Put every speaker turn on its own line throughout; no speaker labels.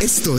Esto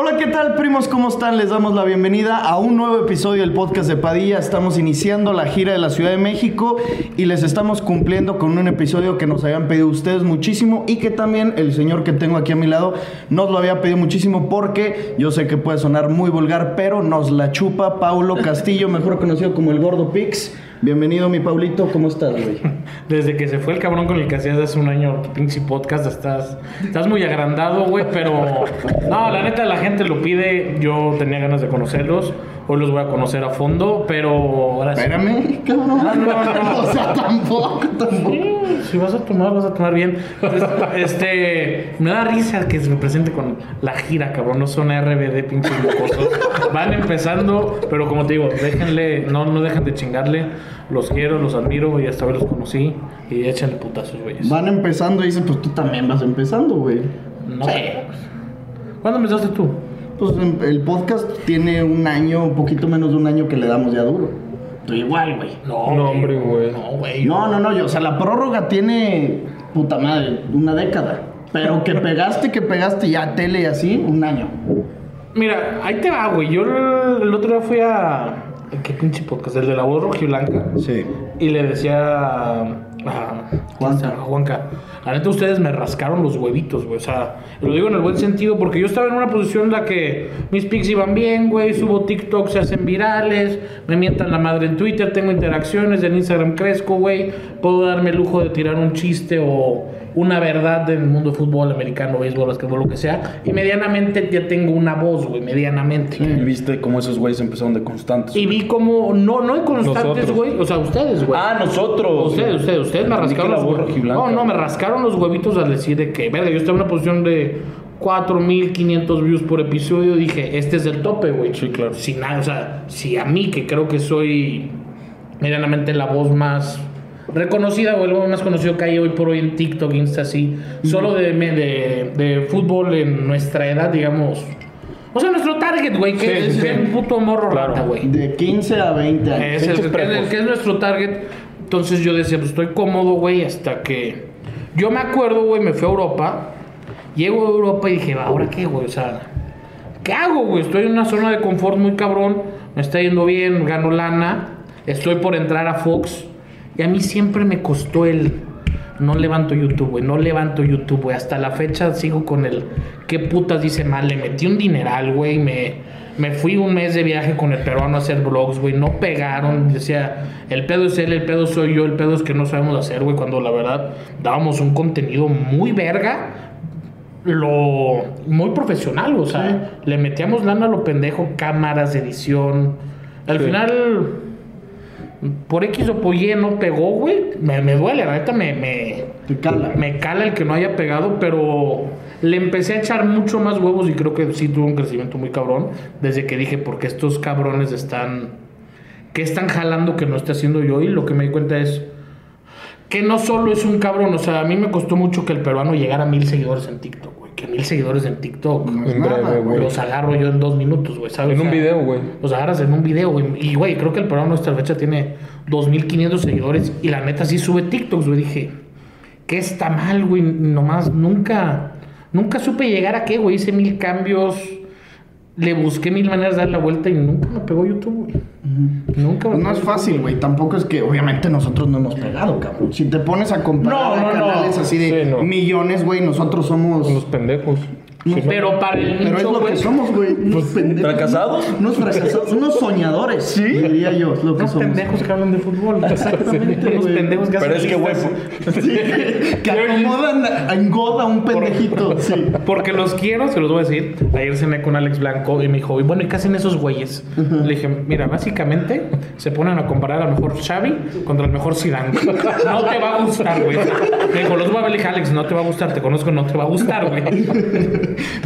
Hola, ¿qué tal, primos? ¿Cómo están? Les damos la bienvenida a un nuevo episodio del podcast de Padilla. Estamos iniciando la gira de la Ciudad de México y les estamos cumpliendo con un episodio que nos habían pedido ustedes muchísimo y que también el señor que tengo aquí a mi lado nos lo había pedido muchísimo porque yo sé que puede sonar muy vulgar, pero nos la chupa Paulo Castillo, mejor conocido como el Gordo Pix. Bienvenido, mi Paulito. ¿Cómo estás, güey?
Desde que se fue el cabrón con el que hacías hace un año tu pinche podcast, estás, estás muy agrandado, güey, pero... No, la neta, la gente lo pide. Yo tenía ganas de conocerlos. Hoy los voy a conocer a fondo, pero... Ahora sí.
Espérame, cabrón.
No, no, no.
O sea, tampoco, tampoco.
Sí, Si vas a tomar, vas a tomar bien. Este- Este, me da risa que se me presente con la gira, cabrón. No son RBD, pinches mocosos. Van empezando, pero como te digo, déjenle, no, no dejen de chingarle. Los quiero, los admiro y hasta hoy los conocí. Y échenle putazos, güeyes.
Van empezando y dicen, pues tú también vas empezando, güey.
No. ¿Cuándo empezaste tú?
Pues em, el podcast tiene un año, un poquito menos de un año que le damos ya duro. Tú igual, güey.
No, hombre, güey. No, güey.
No, no, no, yo, o sea, la prórroga tiene, puta madre, una década. Pero que pegaste, que pegaste ya tele y así, un año.
Mira, ahí te va, güey. Yo el, el otro día fui a. ¿Qué pinche podcast? El de la voz rojiblanca.
Sí.
Y le decía a, a-
Juanca.
a Juanca, la neta ustedes me rascaron los huevitos, güey. O sea, lo digo en el buen sentido porque yo estaba en una posición en la que mis pics iban bien, güey. Subo TikTok, se hacen virales, me mientan la madre en Twitter, tengo interacciones, en Instagram crezco, güey. Puedo darme el lujo de tirar un chiste o una verdad del mundo de fútbol americano, béisbol, basquetbol, lo que sea. Y medianamente ya tengo una voz, güey, medianamente.
Y viste cómo esos güeyes empezaron de constantes.
Y vi como, no, no inconstantes,
Nosotros.
güey. O sea, ustedes, güey.
Ah, nosotros.
Ustedes, ustedes, ustedes me
Ni que
rascaron
la
los
voz
huevitos.
rojiblanca.
No, no, me rascaron los huevitos al decir de que, verga, yo estaba en una posición de 4500 views por episodio. Dije, este es el tope, güey.
Sí, claro.
Si nada, o sea, si a mí, que creo que soy medianamente la voz más reconocida o el voz más conocido que hay hoy por hoy en TikTok, Insta, así, solo de, me- de, de fútbol en nuestra edad, digamos. O sea, nuestro target, güey, que
Sí,
es
sí, sí.
el puto morro
Claro.
rata, güey.
De 15 a 20 años.
Es el,
Pinches
que-
prepos.
el que es nuestro target. Entonces yo decía, pues estoy cómodo, güey, hasta que. Yo me acuerdo, güey, me fui a Europa. Llego a Europa y dije, "Va, ¿ahora qué, güey? O sea, ¿qué hago, güey? Estoy en una zona de confort muy cabrón. Me está yendo bien, gano lana. Estoy por entrar a Fox. Y a mí siempre me costó el. No levanto YouTube, güey. No levanto YouTube, güey. Hasta la fecha sigo con el. ¿Qué putas dice mal? Le metí un dineral, güey. Me. Me fui un mes de viaje con el peruano a hacer vlogs, güey. No pegaron. Decía, el pedo es él, el pedo soy yo, el pedo es que no sabemos hacer, güey. Cuando la verdad dábamos un contenido muy verga, lo muy profesional, o sea, le metíamos lana a lo pendejo, cámaras, edición. Al final, por X o por Y no pegó, güey. Me, me duele, la neta me, me,
Te cala.
me cala el que no haya pegado, pero le empecé a echar mucho más huevos y creo que sí tuvo un crecimiento muy cabrón. Desde que dije, porque estos cabrones están. ¿Qué están jalando que no esté haciendo yo? Y lo que me di cuenta es que no solo es un cabrón, o sea, a mí me costó mucho que el peruano llegara a mil seguidores en TikTok, güey. que mil seguidores en TikTok.
En breve, güey.
Los agarro yo en dos minutos, güey, ¿sabes?
En
O
un
sea,
video, güey.
Los agarras en un video, güey. Y, güey, creo que el programa nuestra fecha tiene 2.500 seguidores. Y la neta sí sube TikToks, güey. Dije, ¿qué está mal, güey? Nomás nunca, nunca supe llegar a qué, güey. Hice mil cambios. Le busqué mil maneras de dar la vuelta y nunca me pegó YouTube, güey. Nunca me
Pues no
pegó
es
YouTube,
fácil, güey. Tampoco es que, obviamente, nosotros no hemos pegado, cabrón. Si te pones a comparar
No,
a
no, no.
canales así de
Sí, no.
millones, güey, nosotros somos.
Los pendejos. Sí, ¿no?
Pero para el
Pero es
nicho,
lo
güey,
que somos, güey. Unos pendejos.
¿Fracasados?
Unos fracasados. Unos soñadores. Sí. Diría yo, es lo que
Unos
somos.
pendejos que hablan de fútbol.
Exactamente,
Unos
güey.
pendejos que
Pero
hacen
es que, güey,
listas.
Sí, que acomodan, a- engoda un pendejito. Sí.
Porque los quiero, se los voy a decir. Ayer cené con Alex Blanco y me dijo, "Y bueno, ¿y qué hacen esos güeyes? Le dije, mira, básicamente se ponen a comparar al mejor Xavi contra el mejor Zidane. No te va a gustar, güey. Me dijo, los voy a ver, le dije, Alex, no te va a gustar, te conozco, no te va a gustar, güey.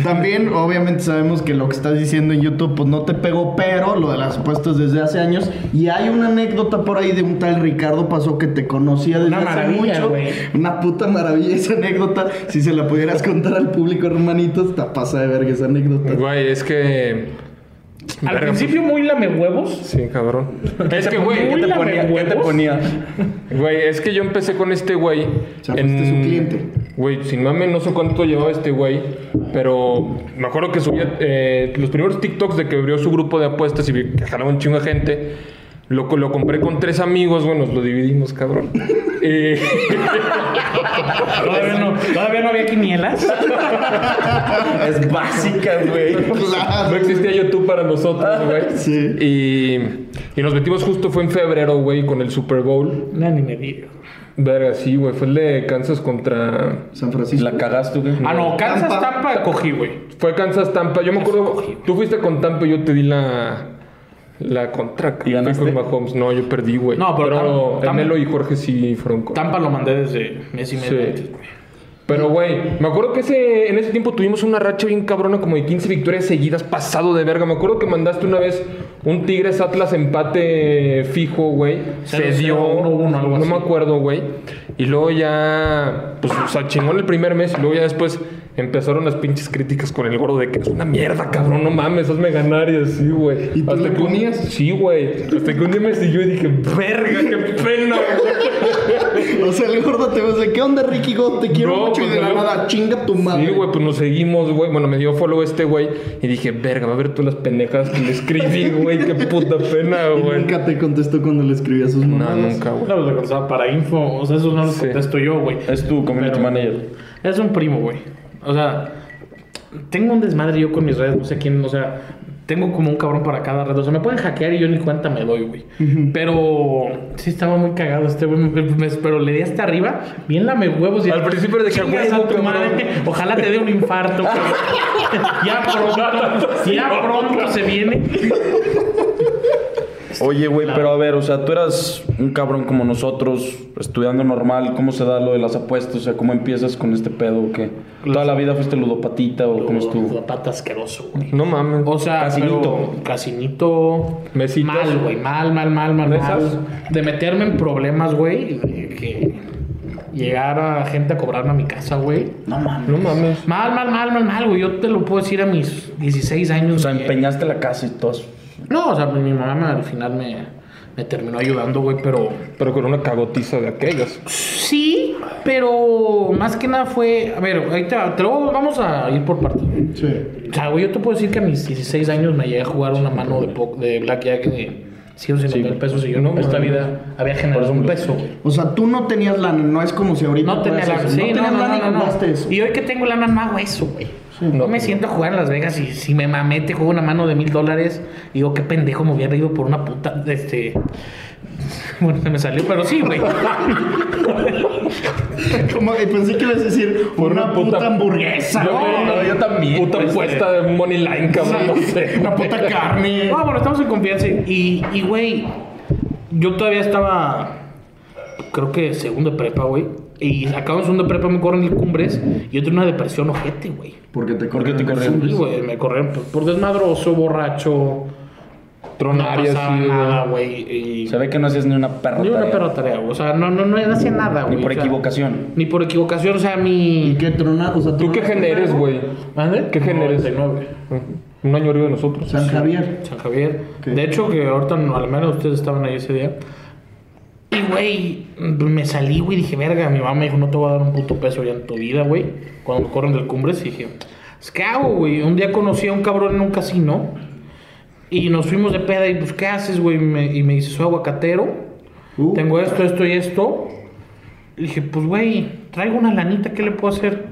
También, obviamente, sabemos que lo que estás diciendo en YouTube, pues no te pegó, pero lo de las apuestas desde hace años. Y hay una anécdota por ahí de un tal Ricardo Pasó que te conocía desde
Una
hace
maravilla,
mucho.
güey.
Una puta maravilla esa anécdota. Si se la pudieras contar al público, hermanito, está pasa de verga esa anécdota.
Güey, es que.
Al
Verga,
principio muy lame huevos.
Sí, cabrón. Es que, güey,
Muy
¿Qué te
lame
ponía? ¿Qué te
huevos.
ponía?
Güey, es que yo empecé con este güey.
sea, fuiste su cliente.
Güey, sin mame, no sé cuánto llevaba este güey, pero me acuerdo que subía eh, los primeros TikToks de que abrió su grupo de apuestas y vi que jalaba un chingo de gente. Lo, co- lo compré con tres amigos, bueno, nos lo dividimos, cabrón. Eh,
Todavía no, todavía no había quinielas.
Es básica, güey.
Ah,
no existía YouTube para nosotros, güey.
Sí.
Y, y nos metimos justo, fue en febrero, güey, con el Super Bowl.
No, ni me digo.
Verga, sí, güey, fue el de Kansas contra...
San Francisco.
¿La cagaste, güey?
Ah, no, Kansas
Tampa.
Tampa cogí, güey.
Fue Kansas Tampa. Yo me acuerdo. Tú fuiste con Tampa y yo te di la. La contra.
¿Y ganaste?
Fui con Mahomes. No, yo perdí, güey.
No, pero Tam- Tam-
Emelo y Jorge sí fueron con.
Tampa lo mandé desde mes y medio
Sí.
antes, güey.
Pero, güey, me acuerdo que ese, en ese tiempo tuvimos una racha bien cabrona, como de 15 victorias seguidas, pasado de verga. Me acuerdo que mandaste una vez un Tigres Atlas empate fijo, güey.
Cero,
Se dio.
cero, uno, uno, algo
no
así.
me acuerdo, güey. Y luego ya. Pues, o sea, chingón el primer mes. Y luego ya después empezaron las pinches críticas con el gordo de que es una mierda, cabrón. No mames, hazme ganar y así, güey.
¿Y tú le
que un-
ponías?
Sí, güey. Hasta que un día me siguió y dije, verga, qué pena, güey.
O sea, el gordo te va a decir, ¿qué onda, Ricky God? Te quiero
No,
mucho y
pues,
de la
no.
nada, chinga tu madre.
Sí, güey, pues nos seguimos, güey. Bueno, me dio follow este güey y dije, verga, va a ver todas las pendejadas que le escribí, güey. Qué puta pena,
Y
güey.
nunca te contestó cuando le escribí a sus
No,
mamás.
nunca, güey.
No los alcanzaba para info, o sea, eso no los
Sí.
contesto yo, güey.
Es tu community
Pero-
manager.
Es un primo, güey. O sea, tengo un desmadre yo con mis redes, no sé quién, o sea, tengo como un cabrón para cada red. O sea, me pueden hackear y yo ni cuenta me doy, güey. Pero sí estaba muy cagado este güey, me- me- pero le di hasta arriba, bien lame huevos. y-
Al principio le dije,
Chingas a
"Huevo,
tu
cabrón".
madre, ojalá te dé un infarto. cabrón. ya pronto, ya pronto se viene.
Oye, güey, pero a ver, o sea, tú eras un cabrón como nosotros, estudiando normal. ¿Cómo se da lo de las apuestas? O sea, ¿cómo empiezas con este pedo o qué? ¿Toda la vida fuiste ludopatita o cómo estuvo?
La pata asqueroso, güey.
No mames.
O sea,
Casinito.
pero- casinito.
Mesitas.
Mal, güey. Mal, mal, mal, mal,
Mesas.
mal. De meterme en problemas, güey. De que llegara gente a cobrarme a mi casa, güey.
No mames.
no mames.
Mal, mal, mal, mal, mal, güey. Yo te lo puedo decir a mis 16 años.
O sea,
güey.
empeñaste la casa y todo. eso.
No, o sea, mi mi mamá me- al final me, me terminó ayudando, güey, pero...
Pero con una cagotiza de aquellas.
Sí, pero más que nada fue... A ver, ahorita te lo- vamos a ir por partes.
Sí.
O sea, güey, yo te puedo decir que a mis 16 años me llegué a jugar una mano de, po- de blackjack de 150 mil pesos y yo no, esta vida había generado un peso, güey.
O sea, tú no tenías lana, no es como si ahorita.
No tenía
fueras
lana,
eso.
sí, no,
tenías
no,
lana
no,
y
no,
jugaste
no.
eso.
Y hoy que tengo lana no hago eso, güey. no me siento a jugar en Las Vegas y si me mamé te juego una mano de mil dólares. Digo, qué pendejo me hubiera ido por una puta, este... Bueno, se me salió, pero sí, güey.
Como que pensé que ibas a decir
Por
una,
una
puta,
puta-
hamburguesa,
No,
güey.
no, yo también. Puta
pues,
puesta de money line, cabrón. No sé.
Una puta carne.
No, bueno, estamos en confianza. Y, y, güey, yo todavía estaba, creo que segundo de prepa, güey. Y acabo en segundo de prepa, me corren el Cumbres. Y yo tenía una depresión ojete, güey.
Porque te
¿Por qué te
corrieron.
corrieron?
Sí, güey, me corrieron por, por desmadroso, borracho. No
tronaria
pasaba
así,
nada,
güey.
güey. y-
Se ve que no hacías ni una perra.
Ni una
tarea.
perra tarea, güey. O sea, no, no, no hacía nada, güey.
Ni por
o sea,
equivocación.
Ni por equivocación, o sea, mi.
¿Y qué tronado? O sea,
¿Tú qué
tronaste
gen eres, güey?
¿Mande?
¿Qué gen eres?
99.
Un año arriba de nosotros.
San Javier.
San Javier.
Ok.
De hecho, que ahorita, no- al menos ustedes estaban ahí ese día. Y, güey, me salí, güey, dije, verga, mi mamá me dijo, no te voy a dar un puto peso ya en tu vida, güey. Cuando me corren del cumbres, dije, es que hago, güey. Un día conocí a un cabrón en un casino y nos fuimos de peda y, pues, ¿qué haces, güey? Y me, y me dice, soy aguacatero,
Uh.
tengo esto, esto y esto. Le dije, pues, güey, traigo una lanita, ¿qué le puedo hacer?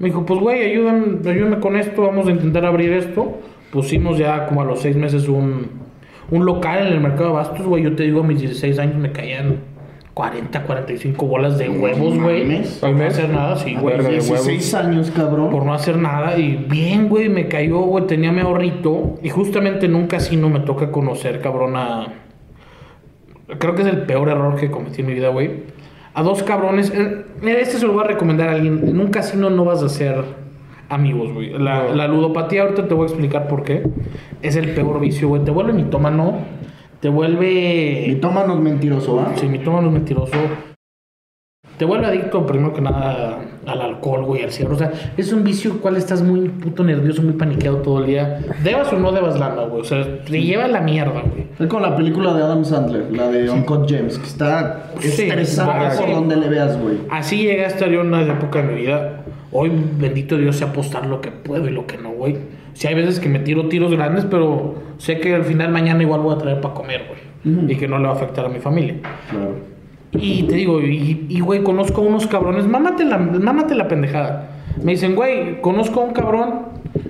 Me dijo, pues, güey, ayúdame, ayúdame con esto, vamos a intentar abrir esto. Pusimos ya como a los seis meses un, un local en el mercado de bastos, güey. Yo te digo, a mis 16 años me caían 40, 45 bolas de huevos, güey.
mames.
Por no hacer nada, sí, güey.
Verga de huevos.
16 años, cabrón.
Por no hacer nada. Y bien, güey, me cayó, güey. Tenía mi ahorrito. Y justamente en un casino me toca conocer, cabrón, a... Creo que es el peor error que cometí en mi vida, güey. A dos cabrones. eh, Mira, este se lo voy a recomendar a alguien. En un casino no vas a ser amigos, güey. La, la ludopatía, ahorita te voy a explicar por qué. Es el peor vicio, güey. Te vuelve mitómano. Te vuelve.
Mitómanos mentiroso, ¿ah?
Sí, mitómano es mentiroso. Te vuelve adicto, primero que nada, al alcohol, güey, al cigarro. O sea, es un vicio cual estás muy puto nervioso, muy paniqueado todo el día. Debas o no debas lana, güey. O sea, te lleva a la mierda, güey.
Es con la película de Adam Sandler, la de Uncut James, que está
Sí, Ah,
estresada
sí.
por donde le veas, güey.
Así llegué a estar yo en una época de mi vida. Hoy, bendito Dios, sé apostar lo que puedo y lo que no, güey. Si hay veces que me tiro tiros grandes, pero sé que al final mañana igual voy a traer para comer, güey. Y que no le va a afectar a mi familia.
Claro.
Y te digo, y, y, güey, conozco a unos cabrones, mámate la, mámate la pendejada. Me dicen, güey, conozco a un cabrón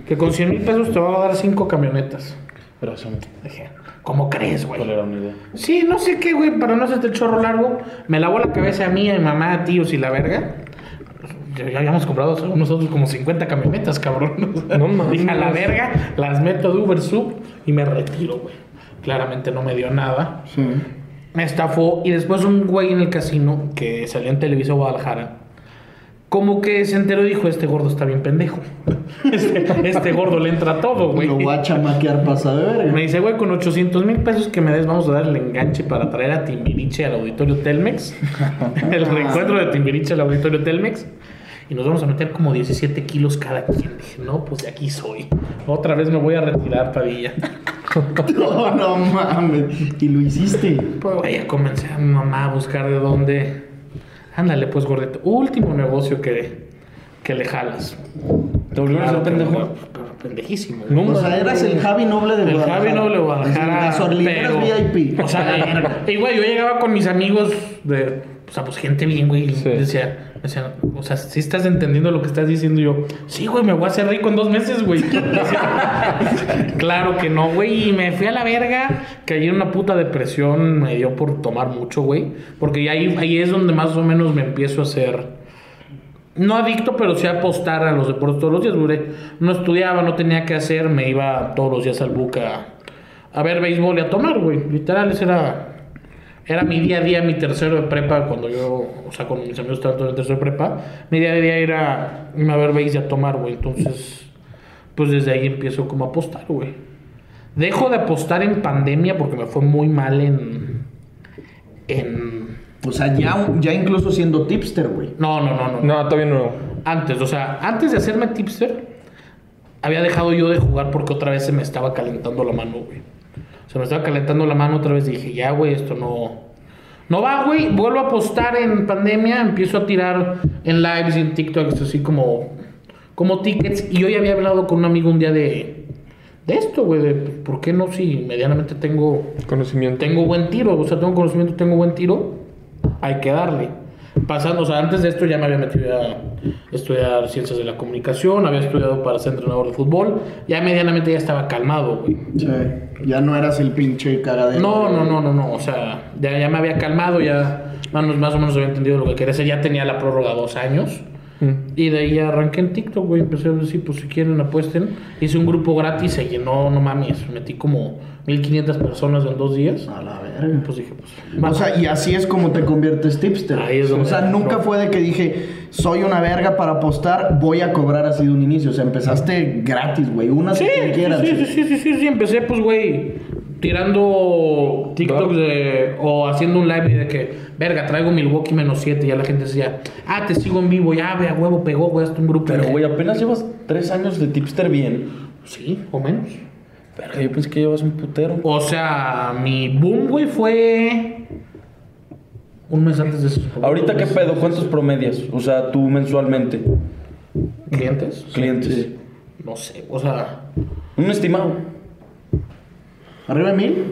que con 100 mil pesos te va a dar cinco camionetas.
Pero eso no
Dije, ¿cómo crees, güey?
no era una idea.
Sí, no sé qué, güey, para no hacerte el chorro largo, me lavó la cabeza a mí, a mi mamá, a tíos y la verga. Ya ya habíamos comprado nosotros como 50 camionetas, cabrón.
No mames.
Dije, a la verga, las meto de Uber Sub y me retiro, güey. Claramente no me dio nada.
Sí.
Me estafó y después un güey en el casino que salió en Televisa Guadalajara. Como que se enteró y dijo, este gordo está bien pendejo. Este, este gordo le entra a todo, güey.
Lo voy a chamaquear pasado de verga.
Me dice, güey, con 800 mil pesos que me des, vamos a dar el enganche para traer a Timbiriche al auditorio Telmex. el reencuentro de Timbiriche al auditorio Telmex. Y nos vamos a meter como 17 kilos cada quien. Dije, no, pues de aquí soy. Otra vez me voy a retirar, Padilla.
No, no mames. Y lo hiciste.
Pues vaya, comencé a mi mamá a buscar de dónde. Ándale, pues, gordito. Último negocio que, que le jalas.
¿Te volvieron a ser
Claro que
pendejo?
no, pero pendejísimo.
O sea, eras el Javi Noble de
El
Guadalajara.
Javi Noble Guadalajara.
Gasolinera
pero-
VIP.
O sea, eh, y güey, yo llegaba con mis amigos de. O sea, pues gente bien, güey. y
Sí.
Decía, decía, o sea, si estás entendiendo lo que estás diciendo, Y yo, sí, güey, me voy a hacer rico en dos meses, güey. claro que no, güey. Y me fui a la verga, caí en una puta depresión, me dio por tomar mucho, güey. Porque ahí, ahí es donde más o menos me empiezo a hacer no adicto, pero sí a apostar a los deportes todos los días. Duré, no estudiaba, no tenía que hacer, me iba todos los días al Buca a ver béisbol y a tomar, güey. Literal, ese era, era mi día a día, mi tercero de prepa, cuando yo, o sea, cuando mis amigos estaban todos en tercero de prepa, mi día a día era irme a ver béis y a tomar, güey. Entonces, pues desde ahí empiezo como a apostar, güey. Dejo de apostar en pandemia porque me fue muy mal en... en...
O sea, ya, ya incluso siendo tipster, güey.
No, no, no, no. no.
No, todavía no.
Antes, o sea, antes de hacerme tipster, había dejado yo de jugar porque otra vez se me estaba calentando la mano, güey. Se me estaba calentando la mano otra vez. Dije, ya, güey, esto no. No va, güey. Vuelvo a apostar en pandemia. Empiezo a tirar en lives y en TikToks, así como, como tickets. Y hoy había hablado con un amigo un día de, de esto, güey. De por qué no, si medianamente tengo
Conocimiento.
tengo buen tiro, o sea, tengo conocimiento, tengo buen tiro, hay que darle. Pasando, o sea, antes de esto ya me había metido a estudiar ciencias de la comunicación, había estudiado para ser entrenador de fútbol, ya medianamente ya estaba calmado, güey.
Sí. Ya no eras el pinche cagadero.
No, no, no, no, no, o sea, ya, ya me había calmado, ya más, o- más o menos había entendido lo que quería hacer, ya tenía la prórroga dos años. Y de ahí ya arranqué en TikTok, güey. Empecé a decir, pues si quieren, apuesten. Hice un grupo gratis, se llenó, no mames. Metí como 1500 personas en dos días.
A la verga.
Pues dije, pues.
O
va.
sea, y así es como te conviertes tipster.
Ahí es donde-
o sea, nunca fue de que dije, soy una verga para apostar, voy a cobrar así de un inicio. O sea, empezaste gratis, güey. Una si
Sí,
te
sí,
quieras.
sí, sí, sí, sí, sí, sí, empecé, pues, güey, tirando TikToks de, o haciendo un live y de que, verga, traigo Milwaukee menos 7. Ya la gente decía, ah, te sigo en vivo, ya, ve a huevo, pegó, güey, hasta un grupo.
Pero,
de-
güey, apenas llevas tres años de tipster bien.
Sí, o menos.
Verga, yo pensé que llevas un putero.
O sea, mi boom, güey, fue un mes antes de eso.
Ahorita, ¿qué pedo? ¿Cuántos promedias? O sea, tú mensualmente.
¿Clientes?
Clientes.
Sí. No sé, o sea,
Un estimado.
¿Arriba de mil?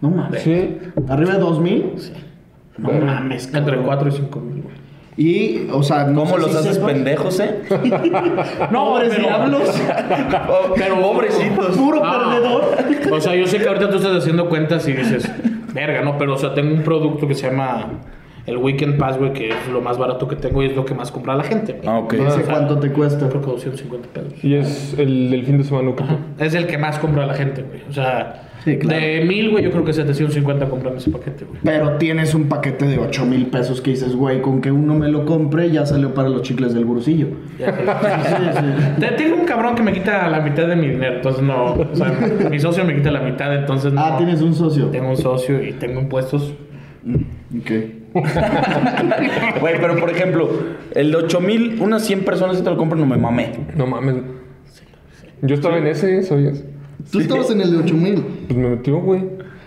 No mames.
Sí.
¿Arriba de dos mil? No mames,
entre
cabrón.
4 y 5 mil, güey.
Y, o sea, no
¿Cómo
sé
los
si
haces
sepas-
pendejos, eh?
No,
Pobres diablos. Oh,
Pero
Pobrecitos.
Puro
Ah.
perdedor.
O sea, yo sé que ahorita tú estás haciendo cuentas y dices, verga, no, pero o sea, tengo un producto que se llama el Weekend Pass, güey, que es lo más barato que tengo y es lo que más compra la gente. güey.
Ah, ok.
No sé cuánto te cuesta.
Creo que 250 pesos.
Y es el del fin de semana que
Es el que más compra la gente, güey. O sea,
Sí, claro.
de mil, güey, yo creo que 750 compran ese paquete, güey.
Pero tienes un paquete de 8 mil pesos que dices, güey, con que uno me lo compre ya salió para los chicles del gurusillo.
Te- Tengo un cabrón que me quita la mitad de mi dinero, entonces no. O sea, mi socio me quita la mitad, entonces no.
Ah, tienes un socio.
Tengo un socio y tengo impuestos.
Ok.
Güey, pero por ejemplo, el de 8000, unas 100 personas si te lo compran, no me mamé.
No mames. Yo estaba en ese, ¿sabías?
Tú estabas en el de 8 mil.
Pues me metió, güey.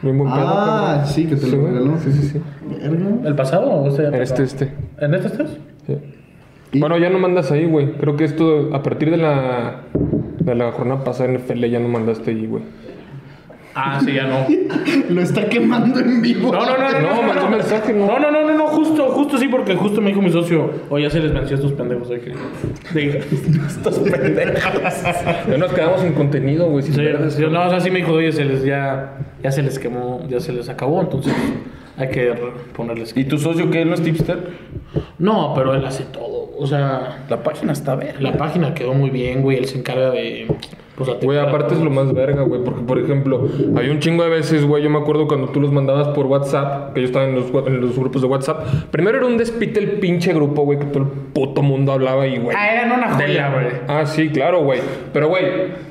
Bien buen pedo,
Ah,
cabrón.
sí, que te lo
güey.
regaló.
Sí, sí, sí.
Verga.
¿El pasado o este? ya
Este,
pasado?
este.
¿En este estás?
Sí. Bueno, ya no mandas ahí, güey. Creo que esto, a partir de la, de la jornada pasada en FL, ya no mandaste ahí, güey.
Ah, sí, ya no.
Lo está quemando en vivo.
No, no, no, no.
No,
No,
mandó
no,
mensaje, no.
no, no, no, no, no, justo, justo sí, porque justo me dijo mi socio, oye, ya se les venció a estos pendejos. Hay que... Dije,
Estos pendejos.
Ya nos quedamos sin contenido, güey. sin
sí,
verdes.
sí, no, o sea, sí me dijo, oye, se les ya, ya se les quemó, ya se les acabó, entonces hay que re- ponerles.
¿Y tu socio que no es tipster?
No, pero él hace todo, o sea,
La página está ver.
la página quedó muy bien, güey, él se encarga de. Pues,
Güey, aparte es lo más verga, güey, porque por ejemplo, hay un chingo de veces, güey, yo me acuerdo cuando tú los mandabas por WhatsApp, que yo estaba en los, wa- en los grupos de WhatsApp, primero era un despite el pinche grupo, güey, que todo el puto mundo hablaba y, güey.
Ah, eran una
tela,
joya, güey.
Ah, sí, claro, güey. Pero, güey,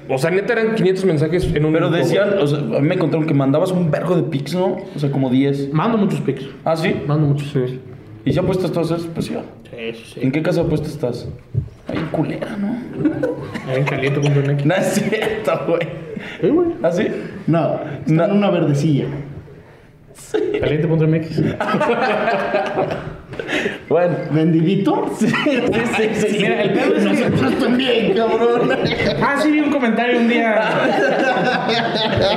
o sea, neta eran 500 mensajes en un
Pero
grupo,
decían, o sea, a mí me contaron que mandabas un vergo de pics, ¿no? O sea, como 10.
Mando muchos pics,
Ah, sí.
mando muchos.
güey. Sí.
¿Y si apuestas todas esas? Pues ya.
Sí, sí, sí.
¿En qué casa apuestas estás? Ay, culera, ¿no?
Ahí en caliente.mx.
No es cierto, güey.
Sí, güey.
¿Ah, sí?
No, está
No.
en una verdecilla.
Caliente.mx.
Bueno.
¿Vendidito? Sí,
Sí, sí, sí.
Mira, el pedo es que-
Nosotros también, cabrón.
Ah, sí, vi un comentario un día.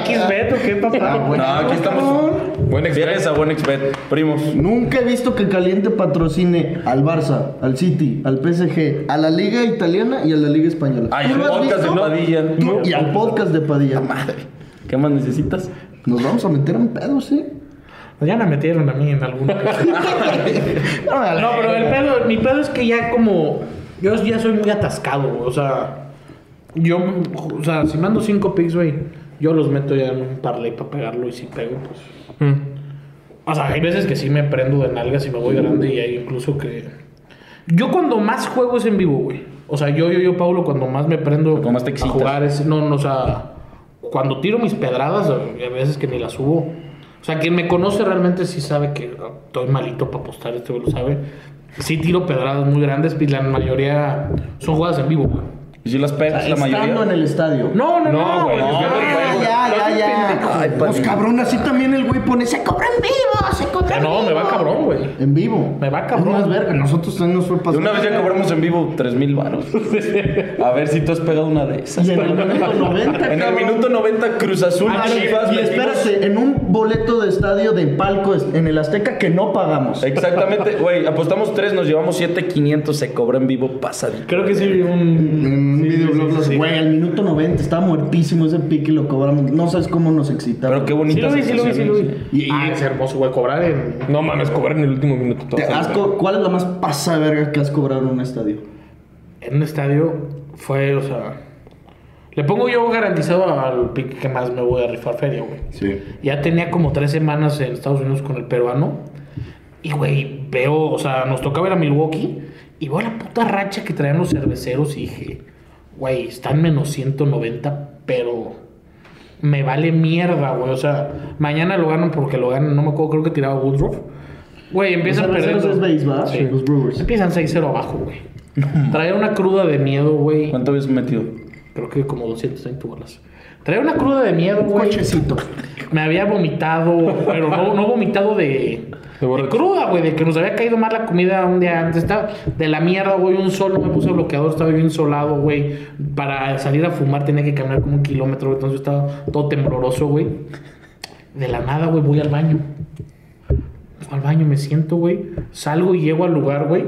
¿XBet o qué, papá?
No, aquí estamos.
Buen
Fieles
experiencia.
a buen expert. Primos.
Nunca he visto que Caliente patrocine al Barça, al City, al PSG, a la Liga Italiana y a la Liga Española.
Ay,
¿Tú
el
lo has
podcast de
visto?
Padilla.
Tú- Y al podcast de Padilla.
¿Qué más necesitas?
Nos vamos a meter en pedos, ¿eh?
Ya me metieron a mí en alguno. No, pero el pedo, mi pedo es que ya como. Yo ya soy muy atascado, o sea. Yo, o sea, si mando cinco pics, güey, yo los meto ya en un parlay para pegarlo y si pego, pues. O sea, hay veces que sí me prendo de nalgas y me voy grande y hay incluso que. Yo cuando más juego es en vivo, güey. O sea, yo, yo, yo, Paulo, cuando más me prendo
Cuando más te
a
excitas.
jugar es. No, no, o sea. Cuando tiro mis pedradas, a veces que ni las subo. O sea, quien me conoce realmente sí sabe que estoy malito para apostar, este güey lo sabe. Sí tiro pedradas muy grandes y la mayoría son jugadas en vivo, güey.
¿Y si las pegas la mayoría?
Estando en el estadio.
No, no, no,
No, güey,
güey,
no,
yo no
güey.
juego.
ya, ya, ya. pues cabrón, así también el güey pone se cobra en vivo, se cobra
Ah,
en
No,
vivo.
me va cabrón, güey.
En vivo.
Me va cabrón.
Es más verga, nosotros también nos fue
De
pasando.
una vez ya cobramos en vivo 3000 varos. A ver si tú has pegado una de esas.
Y en el minuto 90,
En el
cabrón.
minuto 90 Cruz Azul
Ah, sí,
Chivas
y
metimos-
espérate, en un boleto de estadio de palco est- en el Azteca que no pagamos.
Exactamente, güey, apostamos 3, nos llevamos 7500, se cobra en vivo pasadito.
Creo que sí vi
En
un.
un
sí,
videoblog,
sí,
los-
sí.
güey, al minuto 90 estaba muertísimo ese pique y lo cobramos. No sabes cómo nos excitaba.
Pero qué
Sí
bonita
lo vi, sí lo vi, sí lo vi.
Y- y-
ah, es hermoso, güey, cobrar en.
No mames, cobrar en el último minuto. todo.
Te has co- ¿Cuál es la más pasa de verga que has cobrado en un estadio?
en un estadio fue, o sea. Le pongo yo garantizado al pick que más me voy a rifar feria, güey.
Sí.
Ya tenía como tres semanas en Estados Unidos con el peruano. Y, güey, veo, o sea, nos toca ver a Milwaukee. Y veo la puta racha que traían los cerveceros. Y dije, güey, están menos 190, pero me vale mierda, güey. O sea, mañana lo ganan porque lo ganan. No me acuerdo, creo que tiraba Woodruff. Güey, empiezan
Los cerveceros
perdiendo.
es base, ¿va?
Sí.
Los Brewers.
Empiezan 6-0 abajo, güey. Traía una cruda de miedo, güey.
¿Cuánto habías metido?
Creo que como 230 bolas. Traía una cruda de miedo, güey.
Cochecito.
Me había vomitado, pero no, no vomitado de,
De borracho.
de cruda, güey, de que nos había caído mal la comida un día antes. Estaba de la mierda, güey, un sol, no me puse bloqueador, estaba bien solado, güey. Para salir a fumar tenía que caminar como un kilómetro, güey, entonces estaba todo tembloroso, güey. De la nada, güey, voy al baño. Voy Al baño me siento, güey. Salgo y llego al lugar, güey.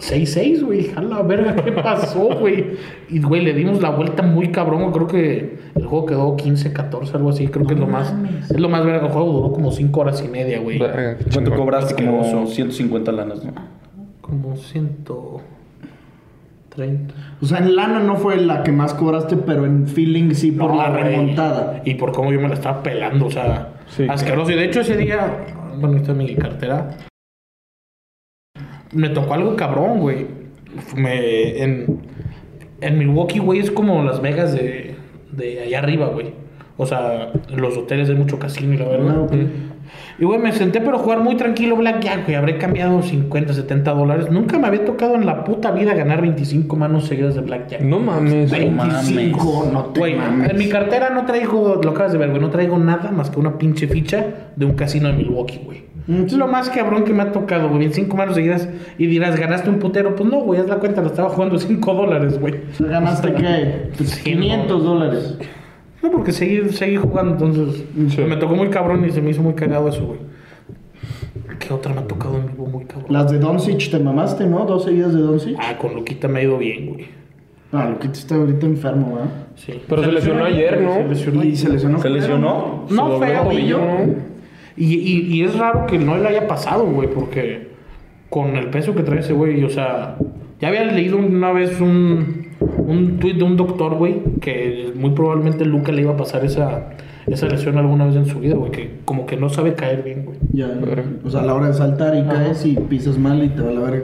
6-6, güey. A la verga, ¿qué pasó, güey? Y, güey, le dimos la vuelta muy cabrón. güey. Creo que el juego quedó 15-14, algo así. Creo que es lo más. Es lo más verga. El juego duró como 5 horas y media, güey.
Verga, qué
¿Cuánto
chingón.
cobraste? Como 150 lanas, ¿no?
Como 130.
O sea, en lana no fue la que más cobraste, pero en feeling sí por
No,
la
güey.
remontada.
Y por cómo yo me la estaba pelando, o sea,
Sí.
asqueroso. Y de hecho ese día, bueno, esta es mi cartera. Me tocó algo cabrón, güey. Me, en, en Milwaukee, güey, es como Las Vegas de, de allá arriba, güey. O sea, en los hoteles hay mucho casino y la verdad.
Ah, ok.
Y, güey, me senté pero a jugar muy tranquilo Blackjack, güey. Habré cambiado 50, 70 dólares. Nunca me había tocado en la puta vida ganar 25 manos seguidas de Blackjack.
No mames.
Cinco, no te
Güey,
mames.
en mi cartera no traigo, lo acabas de ver, güey, no traigo nada más que una pinche ficha de un casino de Milwaukee, güey.
Mm.
Es lo más cabrón que me ha tocado, güey. En cinco manos seguidas y dirás, ganaste un putero. Pues no, güey, haz la cuenta, lo estaba jugando cinco dólares, güey.
O sea, ganaste qué? Pues,
Sí,
500 dólares.
No, porque seguí, seguí jugando, entonces
Sí.
me tocó muy cabrón y se me hizo muy cagado eso, güey. ¿Qué otra me ha tocado en vivo muy cabrón?
Las de Doncic te mamaste, ¿no? Dos seguidas de Doncic.
Ah, con Luquita me ha ido bien, güey.
Ah, lo que te está ahorita enfermo, ¿verdad?
Sí.
Pero se lesionó ayer, ¿no?
Y se lesionó.
¿Se lesionó?
No,
dobló el
feo, güey.
tobillo, ¿no?
Y, y- y es raro que no le haya pasado, güey, porque con el peso que trae ese güey, o sea, ya había leído una vez un, un tuit de un doctor, güey, que muy probablemente Luca le iba a pasar esa, esa lesión alguna vez en su vida, güey, que como que no sabe caer bien, güey.
Ya, o sea, a la hora de saltar y caes y pisas mal y te va a la verga.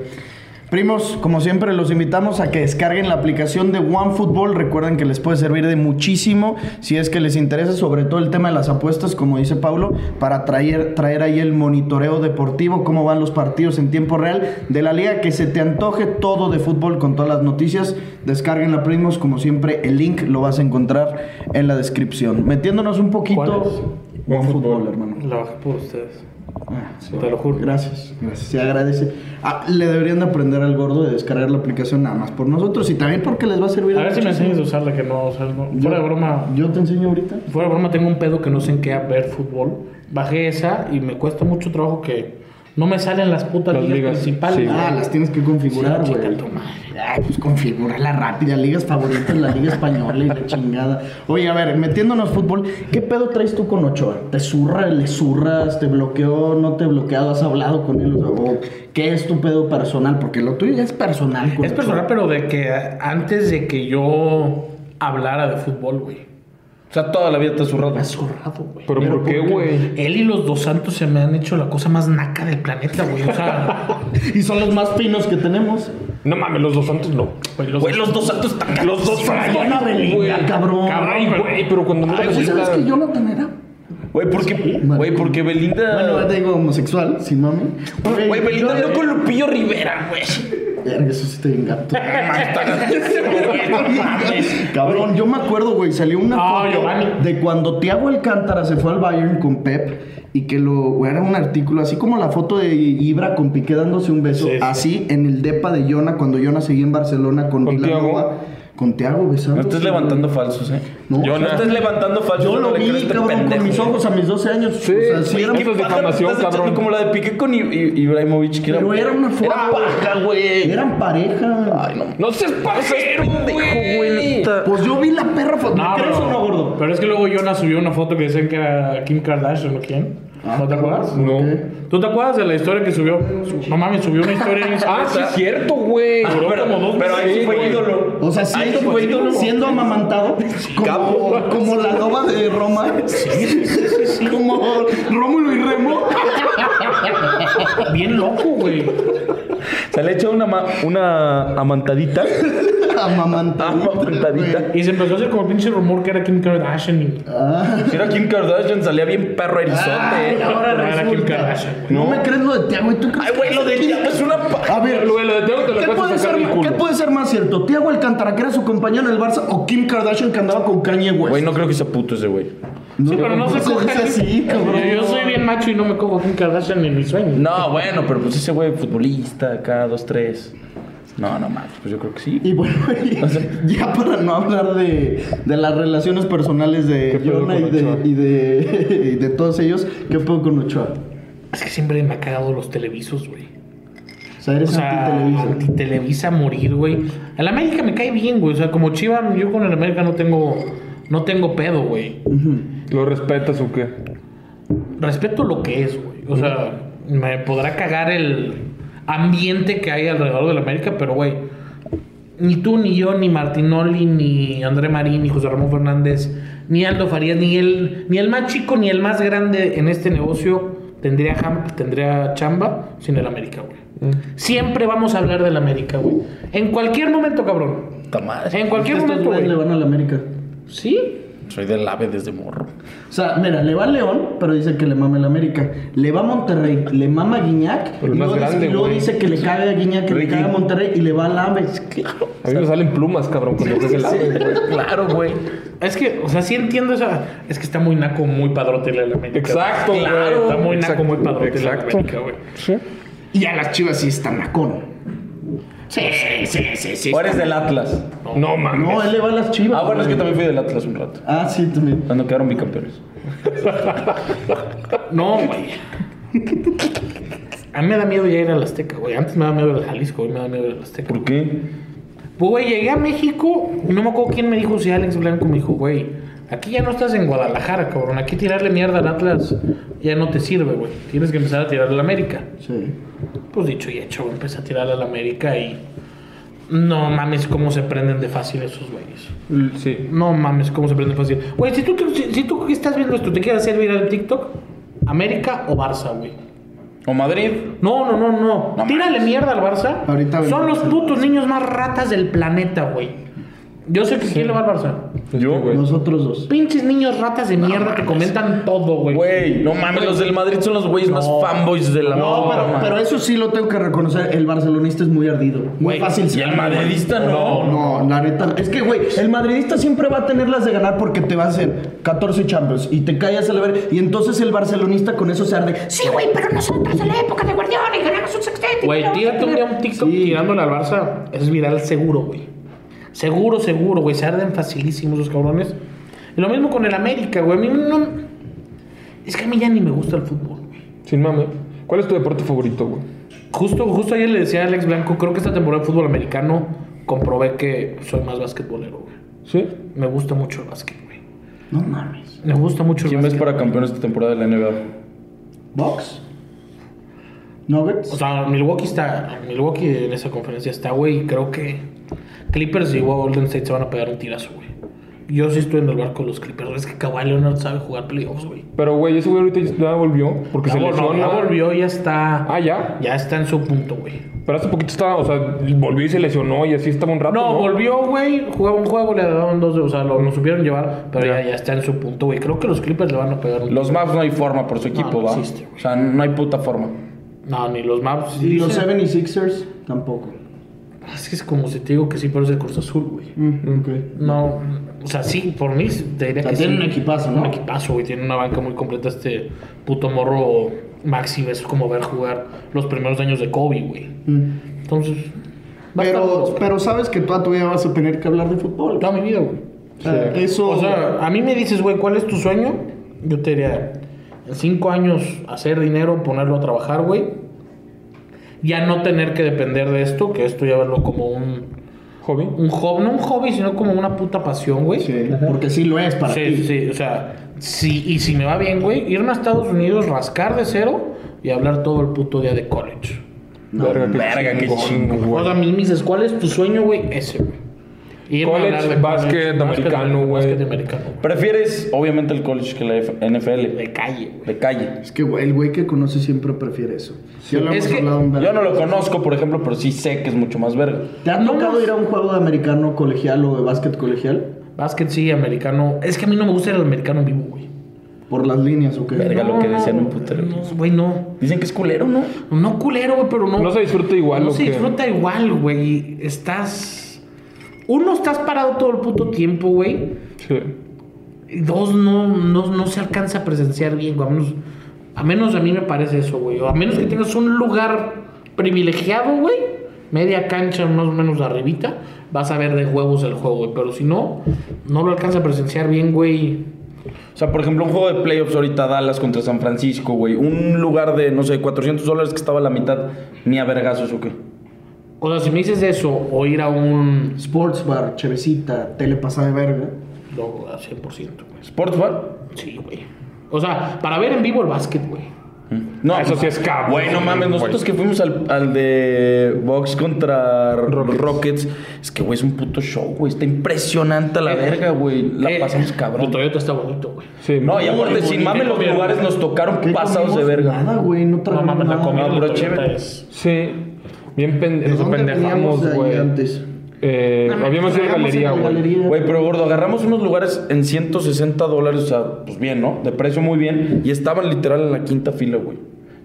Primos, como siempre, los invitamos a que descarguen la aplicación de OneFootball. Recuerden que les puede servir de muchísimo si es que les interesa, sobre todo el tema de las apuestas, como dice Pablo, para traer, traer ahí el monitoreo deportivo, cómo van los partidos en tiempo real de la liga, que se te antoje todo de fútbol con todas las noticias. Descarguenla, primos, como siempre, el link lo vas a encontrar en la descripción. Metiéndonos un
¿Cuál
poquito. OneFootball, hermano.
La bajé por ustedes.
Ah, sí.
Te lo juro.
Gracias, gracias. Se agradece. Ah, le deberían de aprender al gordo de descargar la aplicación nada más por nosotros y también porque les va a servir.
A ver si me
muchísimo.
enseñas a usarla, que no, o sea, no- fuera de broma.
Yo te enseño ahorita.
Fuera de broma, tengo un pedo que no sé en qué app ver fútbol. Bajé esa y me cuesta mucho trabajo que no me salen las putas
Las
ligas,
ligas,
principales.
sí.
Ah, las tienes que configurar,
Sí,
güey.
chica, tu madre.
Ah, pues configurarla rápida, ligas favoritas, la liga española y la chingada. Oye, a ver, metiéndonos fútbol, ¿qué pedo traes tú con Ochoa? ¿Te zurra, le zurras, te bloqueó, no te bloqueado, has hablado con él? O sea, o ¿Qué es tu pedo personal? Porque lo tuyo ya es personal. con
Es
Ochoa.
personal, pero de que antes de que yo hablara de fútbol, güey.
O sea, toda la vida te has zurrado.
Ah,
Me ha zurrado, güey.
¿Pero por qué, güey?
Él y los dos santos se me han hecho la cosa más naca del planeta, güey. O sea,
Y son los más finos que tenemos.
No mames, los dos santos no.
güey, los,
Güey, los dos santos están
Los dos santos.
Mariana Belinda,
güey.
cabrón.
Ay, güey, pero cuando me
Ay, ¿sí ¿Sabes que Jonathan era?
Güey, porque, güey, porque Belinda.
Bueno, ahora te digo homosexual, sin mami.
Güey, Belinda
yo- eh,
andó con Lupillo Rivera, güey.
Verga, eso sí te engato. Cabrón, yo me acuerdo, güey, salió una
No,
foto
Giovanni.
de cuando Tiago Alcántara se fue al Bayern con Pep y que lo güey, era un artículo, así como la foto de Ibra con Piqué dándose un beso,
Sí, sí.
así en el depa de Yona cuando Yona seguía en Barcelona con,
Con Thiago.
Vilanova, con Tiago besando.
No estás levantando falsos, eh.
No,
No estás levantando falsos.
yo
no
lo
le
vi,
creas a este
cabrón,
pendejo.
con mis ojos a mis 12 años.
Sí, sí,
era
eso es
Paja,
difamación,
estás echando
cabrón.
Como la de Piqué con I- I- Ibrahimovic. que
Pero era una foto.
Era paja, güey.
Eran pareja. Ay, no.
No seas pajero, güey.
Pues yo vi la perra foto.
No,
¿Me crees o no, gordo?
Pero es que luego Jonah subió una foto que decían que era Kim Kardashian o quién. ¿No te acuerdas?
No.
¿Tú te acuerdas de la historia que subió? No mames, subió una historia en Instagram.
Ah, sí es cierto, güey.
Ah, pero,
como dos
pero ahí
meses,
sí fue
güey.
ídolo.
O sea,
ahí
siendo,
sí fue ídolo.
siendo amamantado, como, como la loba de Roma. Como Rómulo y Remo.
Bien loco, güey.
Se le echa una, ma- una amantadita Amamantadita.
Y se empezó a hacer como pinche rumor que era Kim Kardashian. Y...
Si era Kim Kardashian, salía bien perro
Ay,
erizote.
ahora
eh.
resulta.
Kim Kardashian. güey.
No me crees lo de Tiago y tú crees
Ay, güey, lo de ella es una pa-
A ver,
Lo de lo de Tiago te lo
¿qué
puedes sacar
puede, ser,
del
¿qué
culo.
puede ser más cierto? ¿Tiago Alcántara, que era su compañero en el Barça, o Kim Kardashian, que andaba con Kanye West?
Güey, no creo que sea puto ese güey.
Sí, pero no se
se
coge
dice así, cabrón.
Yo, yo soy bien macho y no me cojo a Kim Kardashian en mis sueños.
No, bueno, pero pues ese güey futbolista, acá, dos, tres. No, no mames, pues yo creo que sí.
Y bueno, y- ya para no hablar de, de las relaciones personales de
pedo
Jonah y
con
de,
Ochoa?
y, de, y de todos ellos, ¿qué puedo con Ochoa?
Es que siempre me ha cagado los televisos, güey.
O sea, eres
O sea,
anti-televisa.
antitelevisa a morir, güey. El América me cae bien, güey. O sea, como Chiva, yo con el América no tengo, no tengo pedo, güey.
¿Lo respetas o qué?
Respeto lo que es, güey. O sea, me podrá cagar el ambiente que hay alrededor del América, pero, güey. Ni tú, ni yo, ni Martinoli, ni André Marín, ni José Ramón Fernández, ni Aldo Farías, ni el, ni el más chico, ni el más grande en este negocio tendría, jam- tendría chamba sin el América, güey. Siempre vamos a hablar del América, güey. En cualquier momento, cabrón.
Puta madre.
En cualquier
Estos
momento,
güeyes
güey.
le van a la América.
Sí.
Soy del ave desde morro.
O sea, mira, le va a León, pero dice que le mama el América. Le va a Monterrey, le mama a Guiñac.
Pero el
y
más
luego dice-
grande,
y luego
güey.
dice que le cabe a Guiñac, que le cabe a Monterrey y le va al Aves. Claro.
A mí me salen plumas, cabrón, cuando creo que la
Claro, güey.
Es que, o sea, sí entiendo esa. Es que está muy naco, muy padrote el América.
Exacto,
claro.
güey.
Está muy
Exacto,
naco, muy padrote el
exacto.
América, güey.
Sí.
Y a las chivas sí están nacón.
Sí, sí, sí, sí.
O eres del Atlas.
No, mames.
No, él le va a las chivas.
Ah, bueno, es que
güey.
también fui del Atlas un rato.
Ah, sí, también.
Cuando quedaron bicampeones.
No, güey. A mí me da miedo ya ir al Azteca, güey. Antes me daba miedo el Jalisco, hoy me da miedo el Azteca.
¿Por qué?
Pues, güey, llegué a México y no me acuerdo quién me dijo, si Alex Blanco me dijo, güey, aquí ya no estás en Guadalajara, cabrón. Aquí tirarle mierda al Atlas ya no te sirve, güey. Tienes que empezar a tirarle al América.
Sí.
Pues dicho y hecho, güey, empecé a tirar al América y. No mames cómo se prenden de fácil esos güeyes.
L- Sí.
No mames cómo se prenden fácil. Güey, si tú, te- si, si tú que estás viendo esto, ¿te quieres hacer viral TikTok? ¿América o Barça, güey?
¿O Madrid?
No, no, no, no. Tírale mierda al Barça.
Ahorita
Son
venimos.
los putos niños más ratas del planeta, güey. Yo sé que quién le va al Barça.
Yo, güey.
Nosotros dos.
Pinches niños ratas de mierda que comentan todo, güey.
Güey, no mames, los del Madrid son los güeyes más fanboys de la
No, pero, pero eso sí lo tengo que reconocer. El barcelonista es muy ardido. Muy
Güey,
fácil.
Y
se
el
gana, güey.
madridista no.
No, la neta. Es que, güey, el madridista siempre va a tener las de ganar porque te va a hacer 14 champions y te callas a la ver. Y entonces el barcelonista con eso se arde. Sí, güey, pero nosotros en la época de Guardiola y ganamos un sextete.
Güey, tírate un día un TikTok tirándole al Barça. Es viral seguro, güey. Seguro, seguro, güey. Se arden facilísimos los cabrones. Y lo mismo con el América, güey. A mí no... Es que a mí ya ni me gusta el fútbol, güey.
Sin mame. ¿Cuál es tu deporte favorito, güey?
Justo, justo ayer le decía a Alex Blanco, creo que esta temporada de fútbol americano comprobé que soy más basquetbolero, güey.
¿Sí?
Me gusta mucho el básquet, güey.
No mames.
Me gusta mucho el
¿Quién ves
básquet.
para campeón esta temporada de la NBA?
¿Box? ¿Nuggets?
O sea, Milwaukee está. Milwaukee en esa conferencia está, güey. y Creo que Clippers y Golden State se van a pegar un tirazo, güey. Yo sí estoy en el barco de los Clippers. Es que Kawhi Leonard sabe jugar playoffs, güey.
Pero, güey, ese güey ahorita ya volvió. Porque
Ya,
se
vol- no,
lesionó.
ya volvió, ya está.
Ah, ya.
Ya está en su punto, güey.
Pero hace poquito estaba, o sea, volvió y se lesionó y así estaba un
Ah,
rato.
pues
No,
No,
volvió, güey. Jugaba un juego, le daban dos. de- O sea, lo, lo supieron llevar. Pero ya, ya está en su punto, güey. Creo que los Clippers le van a pegar un
Los Mavs no hay forma por su equipo,
no
va.
existe, güey.
o sea, no hay puta forma.
No, ni los Maps.
Y los 76ers tampoco.
Es que es como si te digo que sí, pero es el Cruz Azul, güey.
ok.
No, o sea, sí, por mí te diría
Mm. O sea,
que
tiene
sí.
un equipazo, ¿no?
Un equipazo, güey. Tiene una banca muy completa este puto morro Maxi. Es como ver jugar los primeros años de Kobe, güey. Entonces, va a
Mm. Pero,
estar-
pero sabes que toda tu vida vas a tener que hablar de fútbol.
toda mi vida, güey.
O sea, Eso.
O sea, a mí me dices, güey, ¿cuál es tu sueño? Yo te diría, en cinco años hacer dinero, ponerlo a trabajar, güey. Ya no tener que depender de esto, que esto ya verlo como un,
¿Hobby?
un hobby, no un hobby, sino como una puta pasión, güey.
Sí, porque sí lo es para
Sí,
ti.
sí, o sea, sí, y si me va bien, güey, irme a Estados Unidos, rascar de cero y hablar todo el puto día de college.
verga, qué
verga, qué
chingón,
chingón.
O
güey.
sea, a mí me dices, ¿cuál es tu sueño, güey? Ese, güey. Irme a
College,
hablar de
básquet americano, güey.
Básquet americano.
Prefieres, obviamente, el college que la F- NFL.
De calle.
De calle.
Es que güey, el güey que conoce siempre prefiere eso. Ya lo
Es
hemos
que
hablado un verbo.
Yo no lo conozco, por ejemplo, pero sí sé que es mucho más verga.
¿Te ha
No,
tocado
no.
ir a un juego de americano colegial o de básquet colegial?
Básquet sí, americano. Es que a mí no me gusta el americano en vivo, güey.
¿Por las líneas o qué?
Verga,
No,
lo que decían un
no,
putero.
no, Güey, no.
Dicen que es culero, ¿no?
No culero, güey, pero no.
No se disfruta igual,
No
¿o
se
qué?
disfruta igual, güey. Estás. Uno, estás parado todo el puto tiempo, güey.
Sí.
Y Dos, no, no, no se alcanza a presenciar bien, güey. A menos, a menos a mí me parece eso, güey. O a menos que tengas un lugar privilegiado, güey. Media cancha, más o menos arribita. Vas a ver de huevos el juego, güey. Pero si no, no lo alcanza a presenciar bien, güey.
O sea, por ejemplo, un juego de playoffs ahorita Dallas contra San Francisco, güey. Un lugar de, no sé, 400 dólares que estaba a la mitad, ni a vergazos o qué.
O sea, si me dices eso, o ir a un.
Sports bar, chevecita, tele pasada de verga.
No, a 100%, güey.
¿Sports bar?
pues, Sí, güey. O sea, para ver en vivo el básquet, güey.
No,
Eso sí
pues,
es cabrón.
Güey, no mames, nosotros
Güey.
que fuimos al, al de Box contra Rockets. es que, güey, es un puto show, güey. Está impresionante a la
Eh,
verga, güey. La
Eh,
pasamos
El
cabrón.
Toyota está bonito, güey.
Sí.
No, y aparte, sin mames, los lugares nos tocaron pasados de
comimos?
verga.
Nada, güey, no
No
trajimos
mames, la
nada.
comida
No,
del
pero
Toyota
chévere.
es-
Sí. Bien pende- nos
¿Dónde
pendejamos,
teníamos ahí Ah, pues
güey.
antes?
Eh,
No,
habíamos ido a
Tragamos en
galería,
la
güey.
galería.
Güey, pero gordo, agarramos unos lugares en 160 dólares, o sea, pues bien, ¿no? De precio muy bien. Y estaban literal en la quinta fila, güey.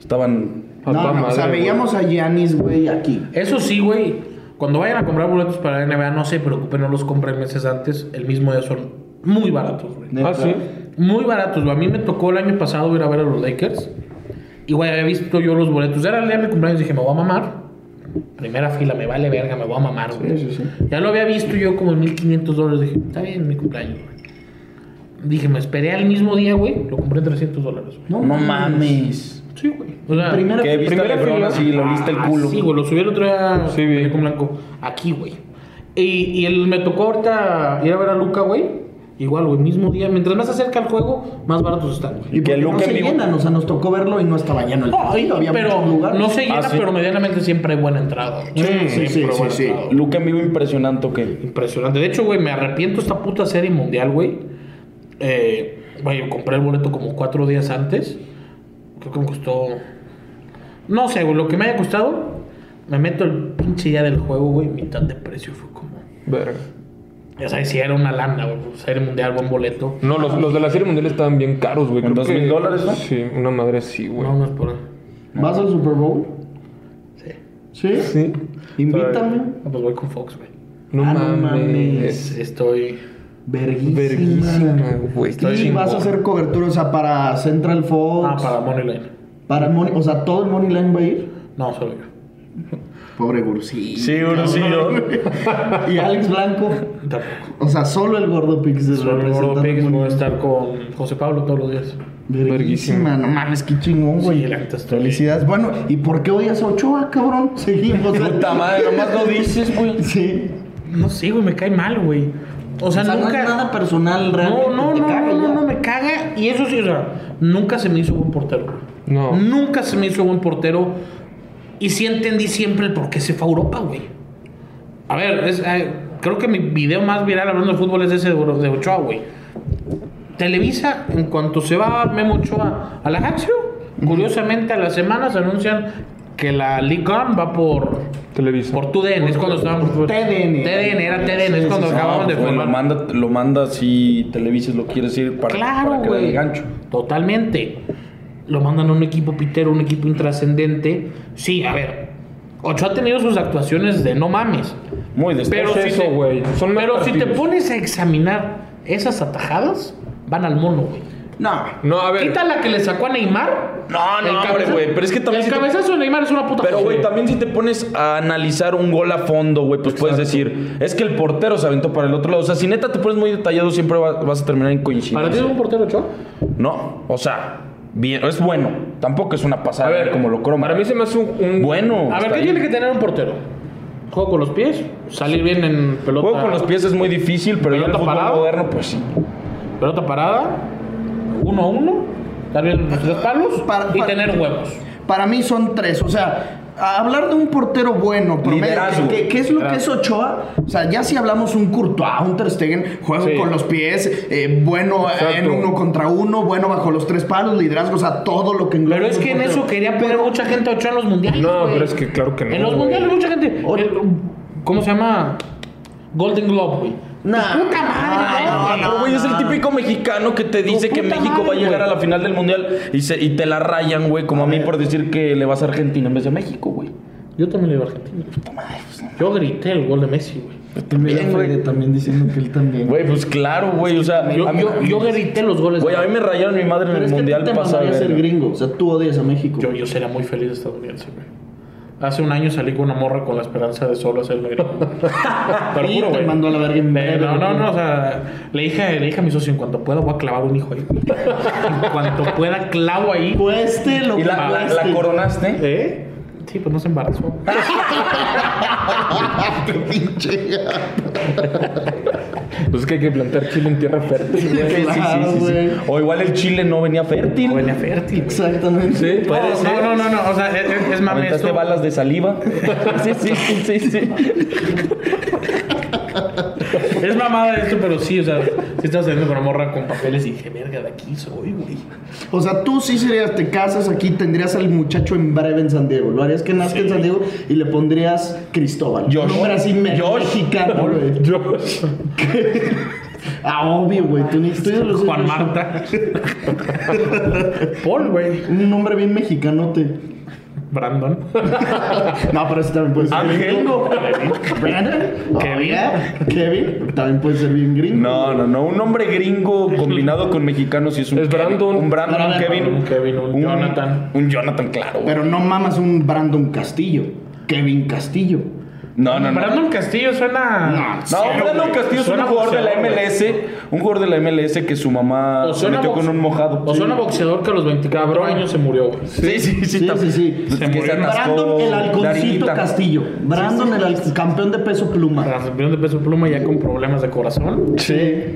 Estaban.
A
No,
toda
no, o sea,
madre, güey.
veíamos a Giannis, güey, aquí.
Eso sí, güey. Cuando vayan a comprar boletos para la NBA, no se preocupen, no los compren meses antes. El mismo día son muy baratos, güey.
Ah, sí.
Muy baratos, güey. A mí me tocó el año pasado ir a ver a los Lakers. Y, güey, había visto yo los boletos. Era el día de mi cumpleaños dije, me voy a mamar. Primera fila, me vale verga, me voy a mamar, güey. Ya lo había visto yo como en 1500 dólares. Dije, está bien mi cumpleaños, güey. Dije, me esperé al mismo día, güey. Lo compré en 300 dólares, güey.
No mames.
Sí, güey. O sea,
Primera
Que viste
primera
a Lebron
fila.
así, lo viste el culo.
Ah, sí, güey, lo subí el otro día
Sí, vi.
en con blanco. Aquí, güey. Y, y el, me tocó ahorita ir a ver a Luca, güey. Igual, güey, mismo día. Mientras más se acerca el juego, más baratos están, güey.
Y
Que
porque no
Luca en
se
vivo-
llenan, o sea, nos tocó verlo y no estaba lleno el partido, había
pero
muchos lugares.
no se llena,
Ah, sí.
pero medianamente siempre hay buena entrada. güey.
Sí, sí, sí,
Siempre buena
sí, sí.
entrada.
Luca en vivo impresionante, ¿o qué?
Impresionante. De hecho, güey, me arrepiento esta puta serie mundial, güey. Eh, güey, compré el boleto como cuatro días antes. Creo que me costó. No sé, güey, lo que me haya costado. Me meto el pinche día del juego, güey, mitad de precio. Fue como.
Verga.
Ya sabes, si era una lana, güey. pues, Serie mundial, buen boleto.
No, los, los de la serie mundial estaban bien caros, güey.
¿En
Creo
dos mil
que-
dólares, no?
Sí, una madre sí, güey.
No, no es por ahí.
¿Vas al Super Bowl? Sí. ¿Sí?
Sí.
Invítame.
No, pues voy con Fox, güey.
No
Ah, no
mames.
mames.
Estoy.
Verguísima.
Verguísima, güey. Está
Y vas a
chingón.
hacer cobertura, o sea, para Central Fox.
Ah, para Moneyline.
para Money- o sea, todo el Money Line va a ir.
No, solo yo.
Pobre Gursi.
uno sí, yo.
Y Alex Blanco.
Ah, Tampoco.
O sea, solo el Gordo Pix es
Solo Gordo pues,
representante del
Pigs, voy a
Money Line.
estar con José Pablo todos los días.
Verguísima. No mames, qué chingón, güey.
la neta estoy-
Felicidades. Bueno, ¿y por qué odias a Ochoa, cabrón? Seguimos.
Puta madre, nomás lo dices, güey.
Sí.
No sé, güey, me cae mal, güey. O sea,
O sea, no es
nunca.
nada personal realmente.
no, no,
te
no,
caga
no,
ya.
no, no, me caga. Y eso sí, o sea, nunca se me hizo buen portero. güey.
No.
Nunca se me hizo buen portero. Y sí entendí siempre el por qué se fue a Europa, güey. A ver, es, eh, creo que mi video más viral hablando de fútbol es ese de, Oro- de Ochoa, güey. Televisa, en cuanto se va Memo Ochoa a la Jaxio, curiosamente a las semanas anuncian que la League One va por
Televisa.
por TUDN, es cuando estábamos.
TDN.
TDN, era TDN, es cuando
No,
acabamos de
pues, güey, lo
formar.
manda, lo manda si Televises lo quiere decir para,
Claro,
para que le dé
güey.
el gancho.
Totalmente. Lo mandan a un equipo pitero, un equipo intrascendente. Sí, a ver. Ocho ha tenido sus actuaciones de no mames.
Muy despecho.
Pero, si,
eso,
te,
güey. Son más
pero si te
partidos.
pones a examinar esas atajadas, van al mono, güey.
No.
No, a ver.
Quita la que le sacó a Neymar.
No, no,
El
hombre,
cabezazo-
güey, pero es que también
El
si te-
cabezazo de Neymar es una puta
Pero, güey,
joya.
también si te pones a analizar un gol a fondo, güey, pues puedes decir, es que el portero se aventó para el otro lado. O sea, si neta te pones muy detallado, siempre va- vas a terminar en
¿Para ti
coincidencia.
es un portero, Ochoa?
No, o sea, bien, es bueno. Tampoco es una
A
pasada
ver,
como lo croma.
Para mí se me hace un. un-
Bueno.
A ver,
está
¿qué
bien.
tiene que tener un portero? Juego con los pies, salir bien en pelota.
Juego con los pies es muy difícil, pero ya en el
Pelota
fútbol
parada.
moderno, pues sí.
Pelota parada, uno a uno, dar bien los tres palos
Para-
y
para-
tener huevos.
Para mí son tres. O sea, a hablar de un portero bueno, promedio,
Liderazgo.
que, que- que es lo que es Ochoa, o sea, ya si hablamos un Courtois, un Ter Stegen, juego
Sí.
con los pies, eh, bueno
Exacto.
en uno contra uno, bueno bajo los tres palos, liderazgo, o sea, todo lo que engloba
Pero es
un
que en
portero.
eso quería poner mucha gente a Ochoa en los mundiales.
No,
güey.
pero es que claro que no,
En los
güey.
mundiales, mucha gente. el- ¿Cómo se llama? Golden Globe, güey.
Nah.
Puta madre,
No,
güey.
No, güey, es el típico mexicano que te dice que
puta
México
madre,
va a llegar
güey.
a la final del mundial y, se- y te la rayan, güey, como a mí por decir que le vas a Argentina en vez de México, güey.
Yo también le iba a Argentina. Yo grité el gol de Messi, güey.
También, güey.
También diciendo que él también.
Güey, pues claro, güey, o sea,
Yo,
a mí-
yo, yo grité los goles.
güey, a mí me rayaron mi madre en
Pero
el
es que
mundial
este
tú te
pasado.
mandarías el
güey.
gringo, o sea, tú odias a México.
Yo, yo sería muy feliz estadounidense, güey. Hace un año salí con una morra con la esperanza de solo hacerme gringo. Pero
Y
juro,
te
güey.
mandó a la verga en
Eh,
breve,
No, no,
güey.
no, o sea, le dije, le dije a mi socio, en cuanto pueda voy a clavar un hijo ahí. En cuanto pueda clavo ahí.
Cueste lo
¿Y
que
la, la- la
cueste.
coronaste?
¿Eh? Sí, pues no se embarazó.
Pues es que hay que plantar chile en tierra fértil, güey.
Claro, güey.
O igual el Chile no venía fértil.
Huele a fértil. güey.
Exactamente.
Sí,
No, No, no, no, no, o sea, e, es, es- es mame
Aventaste
esto.
balas de saliva. sí, sí, sí, sí, sí.
Es mamada esto, pero sí, o sea, si estás saliendo con una morra con papeles y dije, verga, de aquí soy, güey.
O sea, tú sí serías, te casas aquí, tendrías al muchacho en breve en San Diego. Lo harías que nazca en San Diego y le pondrías Cristóbal.
Josh.
Un nombre así me-
Josh.
mexicano, güey.
Josh.
Ah, obvio, güey. Tú ni tú ya lo
Juan
sabes.
Marta. Paul, güey.
Un nombre bien mexicanote.
Brandon.
No, pero ese también puede ser bien
Ángel.
gringo. Brandon.
Ah, Kevin.
Oiga, Kevin. También puede ser bien gringo.
No, no, no. Un hombre gringo combinado con mexicanos sí es un.
Es
Kevin.
Brandon.
Un Brandon, un
Brandon,
Kevin.
un Kevin, un Jonathan.
Un Jonathan, claro. güey.
Pero no mamas un Brandon Castillo. Kevin Castillo.
No, no, no.
Brandon Castillo suena.
No, Brandon Castillo es un
Suena
jugador de la
boxeador, güey.
MLS. Un jugador de la MLS que su mamá
O
se
suena,
metió
boxe-
con un mojado.
o suena boxeador que a los 24 años se murió, güey.
Sí, sí, sí.
Sí,
tam-
sí, sí.
que
Se murió.
atascó
Brandon el halconcito
Darinita.
Castillo. Brandon el halcon- campeón de peso pluma.
Campeón de peso pluma ya con problemas de corazón.
Sí.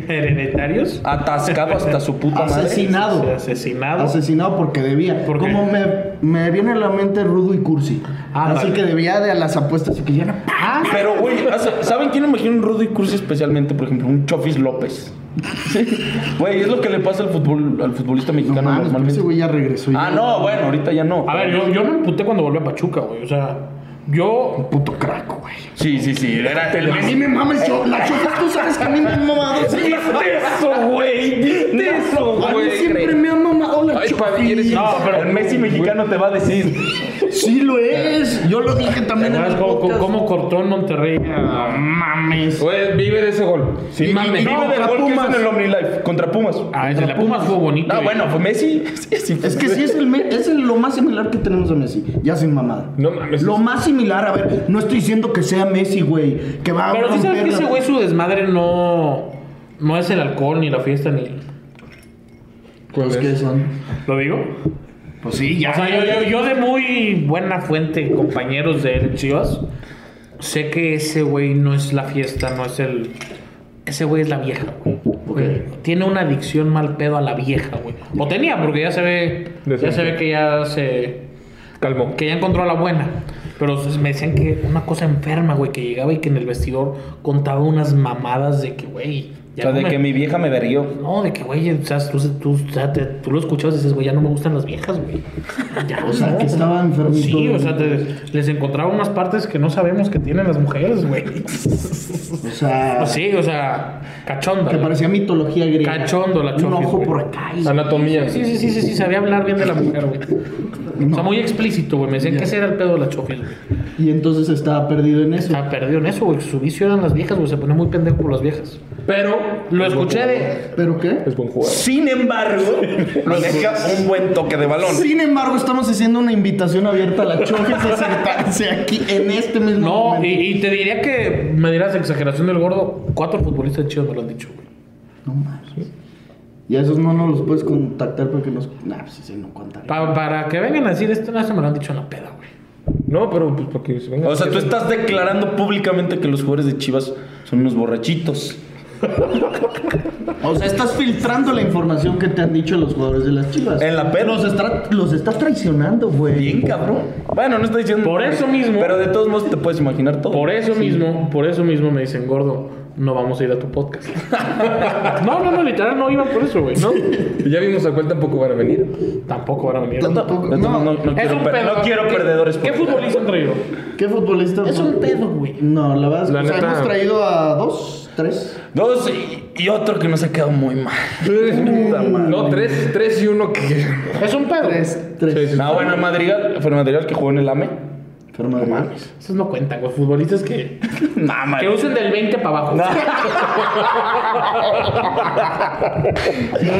Ah,
Hereditarios.
Atascado hasta su puta madre.
Asesinado.
Asesinado.
Asesinado porque debía.
¿Por qué?
Como me, me viene a la mente Rudo y Cursi.
Ah,
Así
vale.
que debía de a las apuestas y que ya era-
Ah,
Pero, güey, hace- ¿saben quién me imagino un Rudy Cruz especialmente? Por ejemplo, un Chofis López. Güey, es lo que le pasa al, fútbol, al futbolista mexicano
Ah, No mames, pero
normalmente.
ese güey ya regresó. ya
Ah, no, bueno, ahorita ya no.
a ver, yo, yo me emputé cuando volví a Pachuca, güey. O sea, yo.
Puto craco, güey.
Sí, sí, sí. Era el
A mí
Messi.
me mames yo. La chofas tú sabes que a mí me han mamado.
Diste eso, güey. Diste eso,
A mí
güey.
siempre me han mamado la
Ay,
chofas.
Fabi, eres
No, pero el Messi mexicano te va a decir.
Sí lo es. Yo lo dije también en
¿Sabes
el
cómo, cómo-
podcast.
cómo cortó en Monterrey? Ah, mames.
Güey, vive de ese gol.
Sí,
mames.
Vive del
Contra
gol que hizo en
Pumas.
el OmniLife. Contra Pumas.
Ah, el de la Pumas fue bonito.
No,
güey.
bueno, fue Messi. Sí, sí,
Es que
fue-
sí es, el, me- es el- lo más similar que tenemos a Messi. Ya sin mamada.
No mames.
Lo más similar, a ver, no estoy diciendo que sea Messi, güey. Que va a
Pero sí
romper
sabes que
la-
ese güey su desmadre no. No es el alcohol, ni la fiesta, ni.
Pues que son.
¿Lo digo?
Pues sí, ya.
O sea, yo, yo- yo de muy buena fuente, compañeros de él, chivas, sé que ese güey no es la fiesta, no es el. Ese güey es la vieja, güey. Tiene una adicción mal pedo a la vieja, güey. O tenía, porque ya se ve. Ya
Decente.
se ve que ya se.
Calmo.
Que ya encontró a la buena. Pero s- me decían que una cosa enferma, güey, que llegaba y que en el vestidor contaba unas mamadas de que, güey.
O
ya
sea,
no
de
me-
que mi vieja me verguió.
No, de que, güey, o sea, tú, tú- o sea, te- tú lo escuchabas y dices, güey, ya no me gustan las viejas, güey. Ya,
O sea,
no.
que estaba enfermito.
Sí, o sea, te- les encontraba unas partes que no sabemos que tienen las mujeres, güey.
O sea,
Pues Sí, o sea, cachonda.
que
güey.
parecía mitología griega.
Cachondo la
Un
Chofis,
ojo
güey.
por acá. y-
Anatomía.
Sí, sí, sí, sí, sí, sabía hablar bien de la mujer, güey. O sea, muy explícito, güey. Me decían que ese era el pedo de la chofis, güey.
Y entonces estaba perdido en eso.
Estaba perdido en eso, güey. Su vicio eran las viejas, güey. Se ponía muy pendejo por las viejas.
Pero
Lo escuché de.
¿Pero qué?
es buen jugador.
Sin embargo, nos deja un buen toque de balón.
Sin embargo, estamos haciendo una invitación abierta a la Chofis a sentarse aquí en este mismo
No,
momento.
y, y te diría que me dirás exageración del gordo. Cuatro futbolistas chidos me lo han dicho, güey.
No mames. Y a esos no nos los puedes contactar porque nos. Nah, pues ese no contaré.
Pa- para que vengan a decir esto, no se me lo han dicho en la peda, güey.
No, pero pues porque se venga.
O sea, tú estás declarando públicamente que los jugadores de Chivas son unos borrachitos.
O sea, estás filtrando la información que te han dicho los jugadores de las chivas.
En la perra.
Los, estra- los estás traicionando, güey.
Bien, cabrón. Bueno, no estoy diciendo.
Por eso mismo.
Pero de todos modos te puedes imaginar todo.
Por eso mismo, por eso mismo me dicen, gordo, no vamos a ir a tu podcast. no, no, no, literal, no iban por eso, güey. No,
Ya vimos a cuál tampoco van a venir.
tampoco van a venir.
Tampoco. No, no, no,
Es
quiero,
un
per-
pedo.
no quiero
¿Qué-
perdedores.
¿Qué futbolista han traído?
¿Qué futbolista?
Es un pedo, güey.
No, la verdad es que
La
o sea,
neta-
hemos traído a dos, tres.
Dos y, y otro que nos ha quedado muy mal. Puta madre.
No, tres, tres y uno que.
Es un pedo.
Tres, tres.
Ah, bueno, Madrigal. Fue Madrigal que jugó en el E. AME.
Pero no mames.
Esos no cuentan, güey. Futbolistas que,
Nah,
que
madre.
usen del 20 para abajo.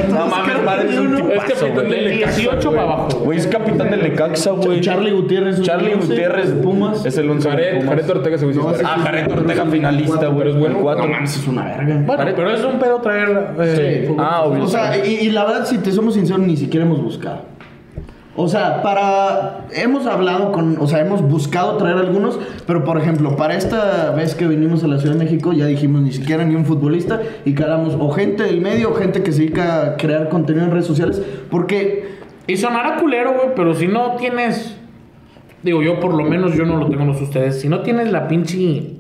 No mames, madre. Es un
es
tipazo,
capitán
güey.
del 18 para abajo. güey.
Güey, es capitán del Necaxa, güey.
Charlie Gutiérrez. un
Charlie
once,
Gutiérrez.
Pumas.
Es el 11 de
Jared,
Pumas.
Jared Ortega se
No,
hizo.
ese-
Ah, Jared Ortega finalista, güey.
Pero es bueno.
El cuatro.
No mames.
es una verga.
Bueno, pero es un pedo traer. eh,
Sí.
Ah, obvio.
O sea, y, y la verdad, si te somos sinceros, ni siquiera hemos buscado. O sea, para. Hemos hablado con. O sea, hemos buscado traer algunos. Pero, por ejemplo, para esta vez que vinimos a la Ciudad de México, ya dijimos ni siquiera ni un futbolista. Y calamos o gente del medio o gente que se dedica a crear contenido en redes sociales. Porque.
Y sonará culero, güey, pero si no tienes. Digo, yo por lo menos yo no lo tengo, no sé ustedes. Si no tienes la pinche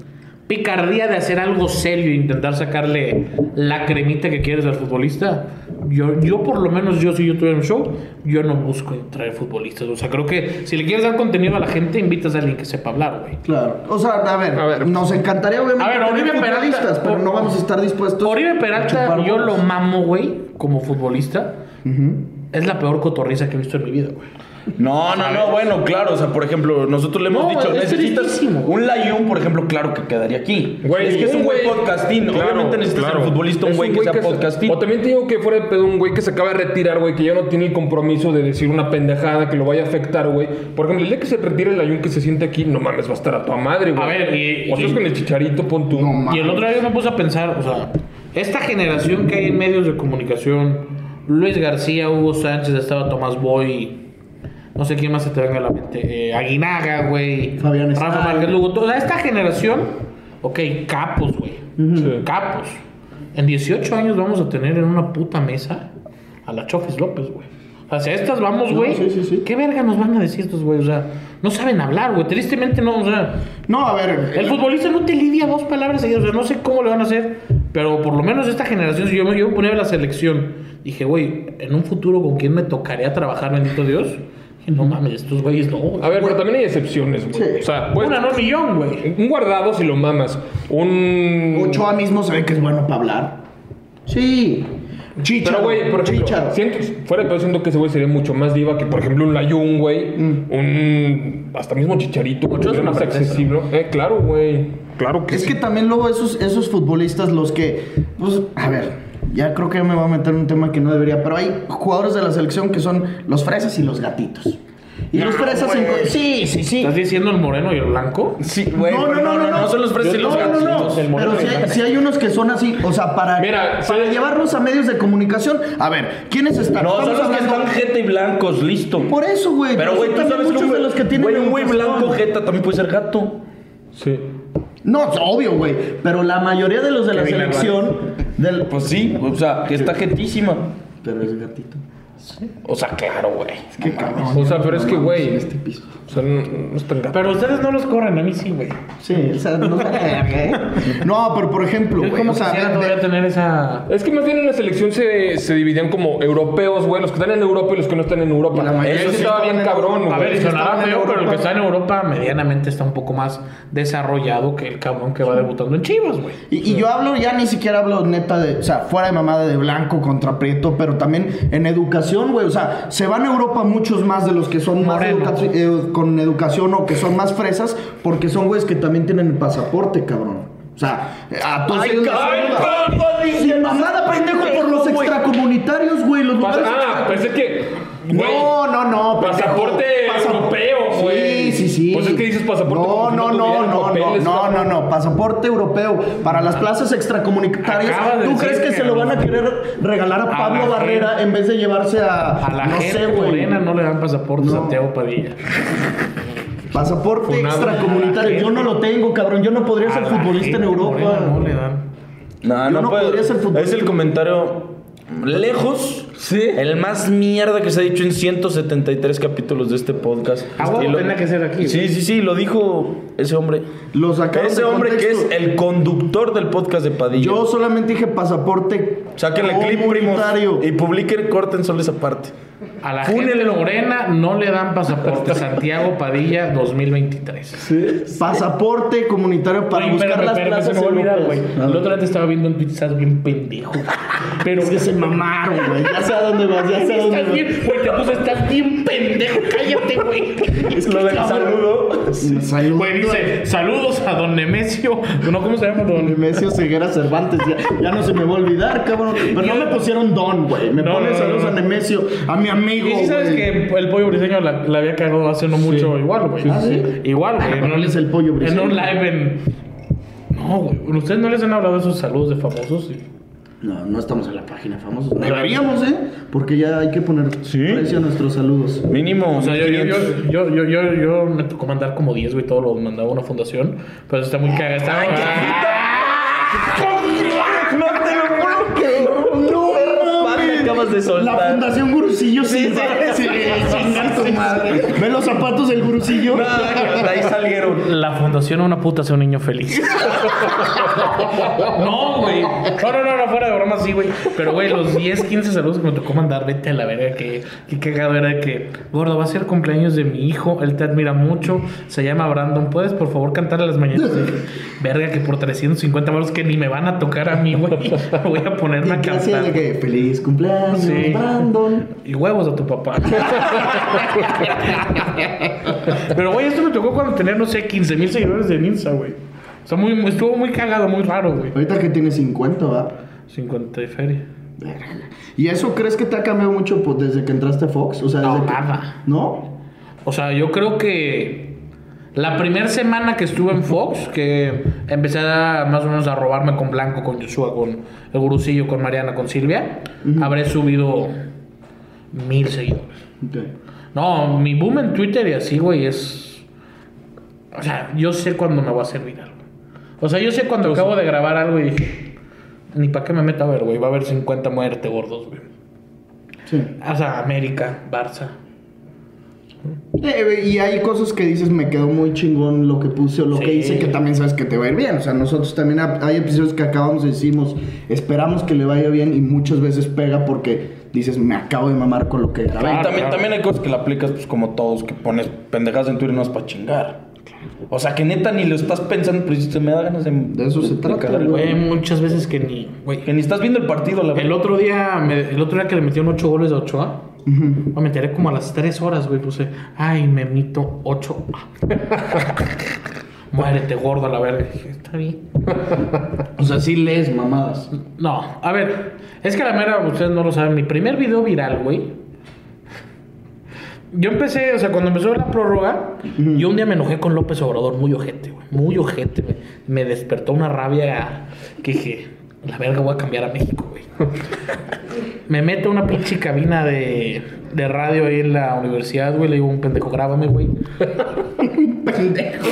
picardía de hacer algo serio e intentar sacarle la cremita que quieres al futbolista, yo, yo por lo menos, yo si yo tuviera un show, yo no busco traer futbolistas. O sea, creo que si le quieres dar contenido a la gente, invitas a alguien que sepa hablar, güey.
Claro. O sea, a ver.
A ver.
nos encantaría, obviamente.
A ver,
tener
Oribe Peralta-
futbolistas, Pero no vamos a estar dispuestos.
Oribe
a
Peralta,
chupar
yo lo
bolas.
mamo, güey, como futbolista. Es la peor cotorriza que he visto en mi vida, güey.
No, no, no, bueno, claro, o sea, por ejemplo, nosotros le hemos
No,
dicho,
es
necesitas
tristísimo.
un Layun, por ejemplo, claro que quedaría aquí.
Güey,
es que es un güey podcastín,
claro,
obviamente necesitas
claro.
un futbolista, un
Es
güey que sea
se-
podcastín.
O también te digo que fuera de pedo un güey que se acaba de retirar, güey, que ya no tiene el compromiso de decir una pendejada que lo vaya a afectar, güey. Por ejemplo, el día que se retire el ayun que se siente aquí, no mames, va a estar a tu madre, güey.
A ver, y-
O sea,
y-
es con el chicharito, pon tu.
Y el otro día me puse a pensar, o sea, esta generación que hay en medios de comunicación, Luis García, Hugo Sánchez, estaba Tomás Boy, no sé quién más se te venga a la mente, eh, Aguinaga, güey,
Fabián
Rafa
Estrada.
Márquez Lugo, toda esta generación, ok, capos, güey,
Sí.
capos. En 18 años vamos a tener en una puta mesa a la Chofis López, güey. O sea, si a estas vamos, güey.
sí, sí, sí.
¿Qué verga nos van a decir estos, güey? O sea, no saben hablar, güey. Tristemente no, o sea.
No, a ver.
El futbolista no te lidia dos palabras seguidas. O sea, no sé cómo le van a hacer. Pero por lo menos esta generación, si yo me, yo me ponía en la selección, dije, güey, en un futuro con quién me tocaría trabajar, bendito Dios. Dije, no mames, estos güeyes no. güey.
A ver, pero también hay excepciones, güey.
Sí.
O sea, pues,
Una no millón, güey.
un guardado si lo mamas. Un.
Ochoa mismo se ve que es bueno para hablar. Sí. Chicha.
Pero, güey, por ejemplo, siento, fuera de todo, siento que ese güey sería mucho más diva que, por ejemplo, un Layun, güey.
Mm.
Un. Hasta mismo Chicharito, güey.
Ochoa es
que
una
más
princesa.
accesible. Eh, claro, güey. Claro que
Es
sí.
que también luego esos, esos futbolistas, los que. Pues, a ver. Ya creo que ya me voy a meter en un tema que no debería, pero hay jugadores de la selección que son los fresas y los gatitos. Y
Ah,
los fresas. en- Sí, sí, sí.
¿Estás diciendo el moreno y el blanco?
Sí, güey,
No, no,
pero
no, no, no.
son los fresas y
No,
los
no,
gatos.
no, no.
entonces el
Pero
moreno
si
y el
hay, sí hay unos que son así, o sea, para,
Mira,
para
¿sabes?
llevarlos a medios de comunicación. A ver, ¿quiénes están?
No, son
Estamos
los que
hablando-
están jeta y blancos, listo.
Por eso, güey.
Pero,
Yo
güey, tú
también
sabes que
muchos
un
de los que tienen
güey, un güey
educación.
blanco jeta también puede ser gato.
Sí.
No, es obvio, güey. Pero la mayoría de los de la
Kevin
selección. Del...
Pues sí, o sea, que está jetísima.
Pero es gatito.
O sea, claro, güey.
Qué cabrón.
O sea, pero es que, güey.
Este piso.
O sea, no, no es tan gato.
Pero ustedes no los corren, a mí sí, güey.
Sí, o sea, no sé. ¿eh? No, pero por ejemplo,
Yo
güey.
como
O sea,
quisiera
de-
todavía tener esa...
Es que más bien en la selección se, se dividían como europeos, güey. Los que están en Europa y los que no están en Europa.
Y la mayoría
Eso
sí
estaba bien
estaban en
cabrón,
Europa.
A ver,
güey.
que
sonará
estaban en
feo, pero el
Europa.
que está en Europa medianamente está un poco más desarrollado que el cabrón que va debutando en Chivas, güey.
Y, y yo hablo, ya ni siquiera hablo neta de, o sea, fuera de mamada de blanco contra prieto, pero también en educación, güey. O sea, se van a Europa muchos más de los que son más
Moreno.
educa- eh, con educación o que son más fresas, porque son güeyes que también tienen el pasaporte, cabrón. O sea, a todos ellos les ayuda. Sin mamada, pendejo, por los extracomunitarios, güey. Los
Pas-
lugares
ah,
pues
extra-
pensé que. güey,
No, no, no. pendejo.
Pasaporte
Pasap-
europeo, güey.
Sí, sí, sí.
Pues es que dices pasaporte como
No,
si no
no, no,
tuvieran
no, no,
papeles,
no, no,
cabrón.
no. Pasaporte europeo. Para las plazas extracomunitarias,
Acabas de
¿tú
decir
crees que
que
se lo van a querer regalar a
la
Pablo
gente.
Barrera en vez de llevarse a.
A la
no
gente
sé, güey.
morena no le dan pasaporte
No.
a Santiago Padilla.
Pasaporte
Funado.
extracomunitario. Yo no lo tengo, cabrón. Yo no podría
A
ser
la
futbolista
gente
en Europa.
morena No le dan.
No,
Yo
no,
no
puede-
podría ser futbolista.
Es el comentario lejos.
Sí.
El más mierda que se ha dicho en 173 capítulos de este podcast.
Ah,
A huevo
Y lo-
tenía que ser aquí,
Sí, sí, sí, lo dijo ese hombre.
Lo sacaron
Ese
de
hombre que es
contexto.
el conductor del podcast de Padilla.
Yo solamente dije pasaporte.
Sáquenle clip, primos.
comunitario.
Y publiquen, corten solo esa parte.
A la gente
Fúnenlo.
morena no le dan pasaporte. Santiago Padilla 2023.
Pasaporte comunitario para
Güey,
buscar
espérame,
las
espérame, se
plazas
me va a olvidar,
europeas.
güey. El otro día te estaba viendo un tweet, estás bien pendejo. Pero que se mamaron,
Güey, Ya sé a dónde vas, ya sé a dónde
Estás
vas.
bien, güey, te puso, estás bien pendejo, cállate, güey. Es
Lo del saludo.
Me salió
Güey, dice, saludos a don Nemesio. No, ¿cómo se llama don Nemesio?
Nemesio Ceguera Cervantes, ya, ya no se me va a olvidar, cabrón. Pero no me pusieron don, güey. Me
No,
ponen
no,
saludos
no.
a Nemesio, a mi amigo.
Y sí sabes
güey.
que el pollo briseño la, la había cagado hace no mucho, igual, güey.
Ah, ¿sí?
Igual, güey.
¿cuál es el pollo briseño?
En un live en. No, güey. ¿Ustedes no les han hablado de esos saludos de famosos? Sí.
No, no estamos en la página famosos. Deberíamos, ¿eh? Porque ya hay que poner precio a nuestros saludos.
Mínimo.
O sea, yo, yo, yo, yo, yo, yo, yo me tocó mandar como 10, güey, todo lo mandaba a una fundación. Pero está muy cagado. Está muy
No te lo juro que
¡No mames!
acabas de soltar.
La Fundación Gurusillo Silva. Sí, chinga tu madre. ¿Ve los zapatos del Gurusillo?
De ahí salieron.
La fundación Una puta sea un niño feliz. no, güey. No, no, no, no, fuera de broma, sí, güey. Pero, güey, los 10, 15 saludos que me tocó mandar, vete a la verga. Que, que cagado era que, gordo, va a ser cumpleaños de mi hijo. Él te admira mucho. Se llama Brandon. ¿Puedes, por favor, cantar a las mañanas? verga, que por 350 baros que ni me van a tocar a mí, güey. Voy a ponerme a
¿Y qué hacía de
cantar.
que feliz cumpleaños,
Sí.
Brandon.
Y huevos a tu papá. Pero, güey, esto me tocó cuando tenía, no sé, 15 mil seguidores de Insta, güey. O sea, muy, muy- estuvo muy cagado, muy raro, güey.
Ahorita que tiene 50, ¿va?
50 y feria.
¿Y eso crees que te ha cambiado mucho pues, desde que entraste a Fox? O sea,
No,
desde que-
nada.
¿No?
O sea, yo creo que la primera semana que estuve en Fox, que empecé a, más o menos a robarme con Blanco, con Joshua, con el Gurusillo, con Mariana, con Silvia, habré subido mil seguidores. No, mi boom en Twitter y así, güey, es. O sea, yo sé cuándo me va a servir algo. O sea, yo sé cuando acabo de grabar algo y dije, ni para qué me meto a ver, güey, va a haber 50 muertes gordos, güey.
Sí.
O sea, América, Barça.
Eh, y hay cosas que dices, me quedó muy chingón lo que puse o lo que
Sí.
hice, que también sabes que te va a ir bien. O sea, nosotros también ha- hay episodios que acabamos y decimos, esperamos que le vaya bien y muchas veces pega porque dices, me acabo de mamar con lo que grabé.
Ah,
Y también, también hay cosas que la aplicas, pues como todos, que pones pendejadas en Twitter no es para chingar. O sea, que neta ni lo estás pensando, pero dices, me da ganas de.
De eso se trata,
cagar,
güey.
Güey, muchas veces que ni. Güey.
Que ni estás viendo el partido, la
El
verdad.
otro día, me- el otro día que le metieron 8 goles a Ochoa, me enteré como a las 3 horas, güey. Puse, ay, me mito 8. Muérete, gordo, a la verga. Dije, Está bien.
O sea, sí lees mamadas.
No, a ver, es que la mera, ustedes no lo saben, mi primer video viral, güey. Yo empecé, o sea, cuando empezó la prórroga, yo un día me enojé con López Obrador, muy ojete, güey, muy ojete, güey. Me despertó una rabia que dije, la verga voy a cambiar a México, güey. me meto a una pinche cabina de, de radio ahí en la universidad, güey, le digo, un pendejo, grábame, güey.
Pendejo.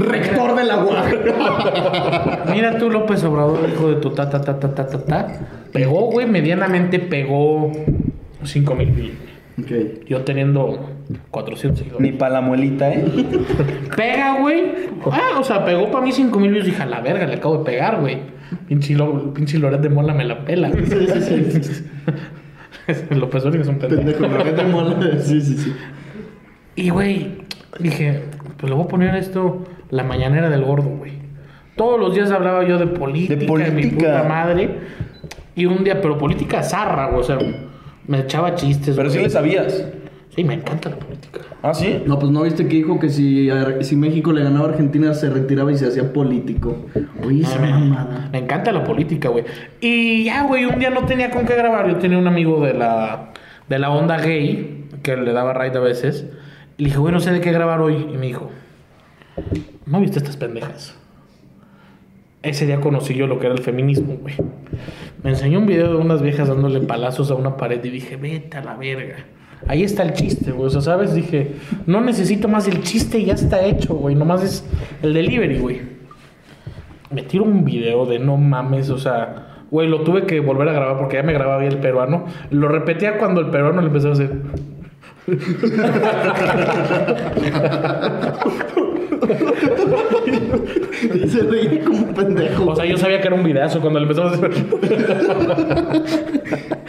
Rector de la UAP.
Mira tú, López Obrador, hijo de tu ta, ta, ta, ta, ta, ta, ta. Pegó, güey, medianamente pegó 5 mil
ok.
Yo teniendo 400 seguidores.
Ni para la muelita, ¿eh?
Pega, güey. Ah, o sea, pegó para mí 5 mil views. Dije, a la verga, le acabo de pegar, güey. Pinche, lo, pinche Loret de Mola me la pela. Sí, sí, sí. López Obrador es un pendejo.
Pendejo, lo que te mola. Sí, sí, sí.
Y, güey, dije, pues le voy a poner esto la mañanera del gordo, güey. Todos los días hablaba yo de política, de,
De
mi
política.
puta madre. Y un día, pero política zarra, güey. O sea, me echaba chistes.
Pero sí
güey.
le sabías.
Sí, me encanta la política.
Ah, sí.
No, pues no viste que dijo que si, Ar- si México le ganaba a Argentina se retiraba y se hacía político. Oye, esa
me,
mamada.
me encanta la política, güey. Y ya, güey, un día no tenía con qué grabar. Yo tenía un amigo de la, de la onda gay que le daba ride a veces. Y le dije, güey, no sé de qué grabar hoy. Y me dijo, ¿no viste estas pendejas? Ese día conocí yo lo que era el feminismo, güey. Me enseñó un video de unas viejas dándole palazos a una pared y dije, vete a la verga. Ahí está el chiste, güey. O sea, ¿sabes? Dije, no necesito más el chiste, ya está hecho, güey. Nomás es el delivery, güey. me tiro un video de no mames, o sea, güey, lo tuve que volver a grabar porque ya me grababa bien el peruano. Lo repetía cuando el peruano le empezó a hacer.
Y se reía como un pendejo.
O sea, yo sabía que era un videazo cuando le empezó a hacer.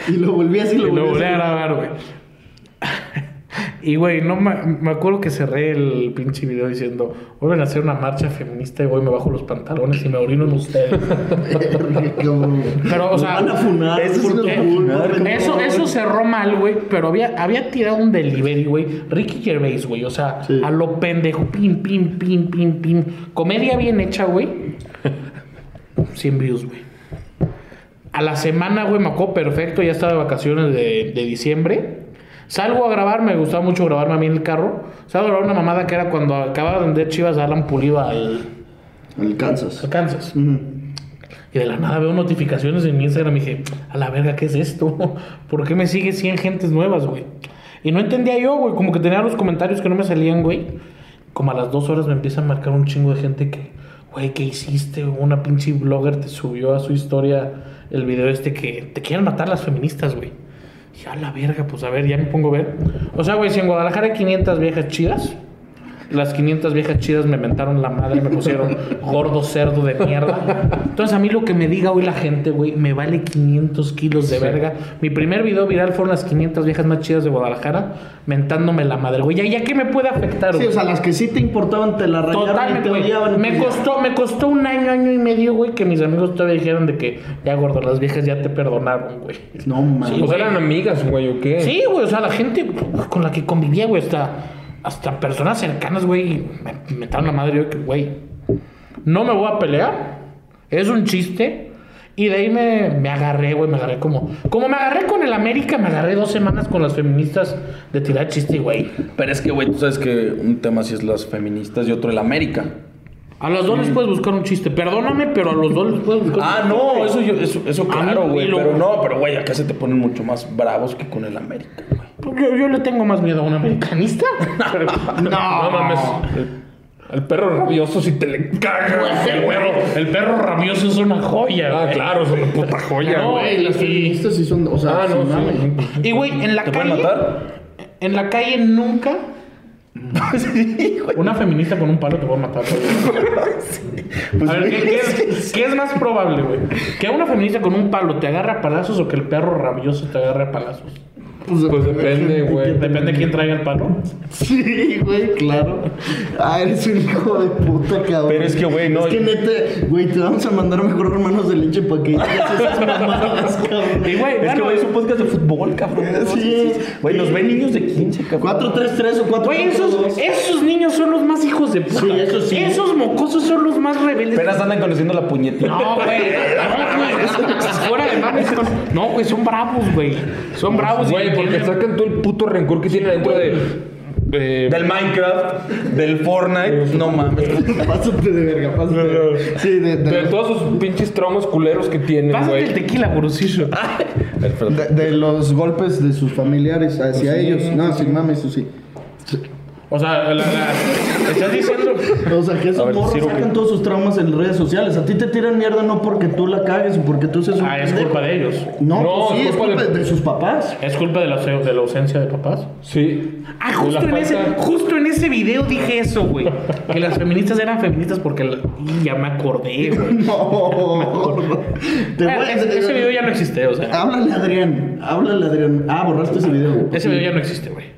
y lo volví así, lo
Y lo
volví
volví a
así.
grabar, güey. Y, güey, no ma- me acuerdo que cerré el pinche video diciendo: Hoy van a hacer una marcha feminista y, güey, me bajo los pantalones y me orino en ustedes. Pero, o
Lo
sea,
van a funar,
eso,
eso sí lo
porque-
van a funar,
porque
no.
eso, eso cerró mal, güey. Pero había, había tirado un delivery, güey. Ricky Gervais, güey. O sea,
Sí.
a lo pendejo. Pim, pim, pim, pim, pim. Comedia bien hecha, güey. 100 views, güey. A la semana, güey, me acuerdo perfecto. Ya estaba de vacaciones de, de diciembre. Salgo a grabar, me gustaba mucho grabarme a mí en el carro. Salgo a grabar una mamada que era cuando acababa de vender chivas a Alan Pulido al
Alcanzas.
Kansas. Y de la nada veo notificaciones en mi Instagram y dije, a la verga, ¿qué es esto? ¿Por qué me sigue 100 gentes nuevas, güey? Y no entendía yo, güey, como que tenía los comentarios que no me salían, güey. Como a las dos horas me empieza a marcar un chingo de gente que, güey, ¿qué hiciste? Una pinche blogger te subió a su historia el video este que te quieren matar las feministas, güey. Y a la verga, pues a ver, ya me pongo a ver. O sea, güey, si en Guadalajara hay 500 viejas chidas, las 500 viejas chidas me mentaron la madre, me pusieron gordo cerdo de mierda. Entonces a mí lo que me diga hoy la gente, güey, me vale 500 kilos de verga. Mi primer video viral fueron las 500 viejas más chidas de Guadalajara mentándome la madre, güey. Ya, ya que me puede afectar,
Sí,
güey.
o sea, las que sí te importaban te la rayaron y
Totalmente,
te
güey.
odiaban.
Me costó, me costó un año, año y medio, güey, que mis amigos todavía dijeron de que ya gordo, las viejas ya te perdonaron, güey.
No, man.
O sea, eran amigas, güey, ¿o qué?
Sí, güey, o sea, la gente con la que convivía, güey, hasta, hasta personas cercanas, güey, me me metaron la madre, yo que, güey, no me voy a pelear, es un chiste. Y de ahí me, me agarré, güey, me agarré como... Como me agarré con el América, me agarré dos semanas con las feministas de tirar chiste, güey.
Pero es que, güey, tú sabes que un tema sí es las feministas y otro el América.
A los dos les puedes buscar un chiste, perdóname, pero a los dos les puedes buscar
Ah,
un chiste.
no, eso, yo, eso, eso
A mí
claro, güey.
y lo-
Pero no, pero, güey, acá se te ponen mucho más bravos que con el América.
Yo, yo le tengo más miedo a un americanista.
No,
Ah.
mames. El, el perro rabioso si te le
Pues,
cagas el huevo.
El perro rabioso es una joya,
Ah,
güey.
claro, es una puta joya,
No,
güey.
güey, las feministas
Estas sí son. O sea,
Ah, no,
sí, mames.
sí.
Y güey, en la
¿Te
calle.
pueden matar?
En la calle nunca. Una feminista con un palo te puede matar. güey. a ver, ¿qué, qué es, qué es más probable, güey? ¿Que una feminista con un palo te agarre a palazos o que el perro rabioso te agarre a palazos?
Pues depende, güey.
Depende de quién traiga el palo.
Sí, güey, claro. Ah, eres un hijo de puta, cabrón.
Pero es que, güey, no.
Es que neta, güey, te vamos a mandar mejor hermanos de leche para que digas esas mamadas, cabrón.
Y güey,
Es que,
bueno,
güey, es un podcast de fútbol, cabrón.
Sí.
Güey, nos ven niños de 15, cabrón.
4-3-3 o 4
güey, esos, esos niños son los más hijos de puta.
Sí, eso sí.
Esos mocosos son los más rebeldes.
Apenas andan conociendo la puñetita.
No, güey. No, güey. Fuera de mames. son- No, güey, son bravos, güey. Son bravos. y
Güey, porque
entienden-
sacan todo el puto rencor que tienen adentro de. eh, de-
Del Minecraft, del Fortnite. No mames.
Pásate de verga, pásate. de verga. Sí, de, de,
de todos sus pinches traumas culeros que tienen,
Pásate el
güey.
tequila, gurusillo.
de- de los golpes de sus familiares hacia ellos. No, sin mames, eso sí.
O sea, la, la- estás diciendo.
O sea, que esos morros sacan todos sus traumas en redes sociales. A ti te tiran mierda no porque tú la cagues o porque tú seas un
Ah, es
pendejo.
culpa de ellos.
No,
No,
pues sí,
es
es
culpa
culpa
de-
de sus papás.
Es culpa de la, de la ausencia de papás.
Sí.
Ah,
De la
justo en, ese,
falta-
justo en ese video dije eso, güey. Que las feministas eran feministas porque. la- Y ya me acordé, güey.
No, te voy
Bueno,
a- Ah,
ese, ese video ya no existe, o sea.
Háblale, Adrián. Háblale, Adrián. Ah, borraste ese video.
Ese video ya no existe, güey.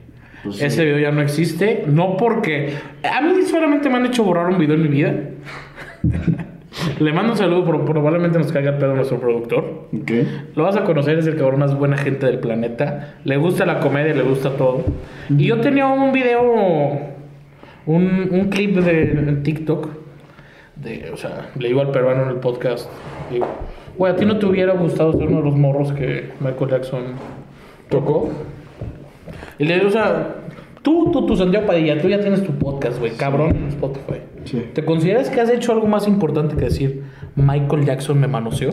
Ese video ya no existe. No porque. A mí solamente me han hecho borrar un video en mi vida. Le mando un saludo, pero probablemente nos caiga el pedo nuestro productor.
¿Qué?
Lo vas a conocer, es el cabrón más buena gente del planeta. Le gusta la comedia, le gusta todo. Y yo tenía un video, un, un clip de TikTok. De, o sea, le digo al peruano en el podcast, le digo, güey, ¿a ti no te hubiera gustado ser uno de los morros que Michael Jackson tocó? Y le digo, o sea, tú, tú, tu Santiago Padilla, tú ya tienes tu podcast, güey, cabrón, en Spotify.
Sí.
¿Te consideras que has hecho algo más importante que decir, Michael Jackson me manoseó?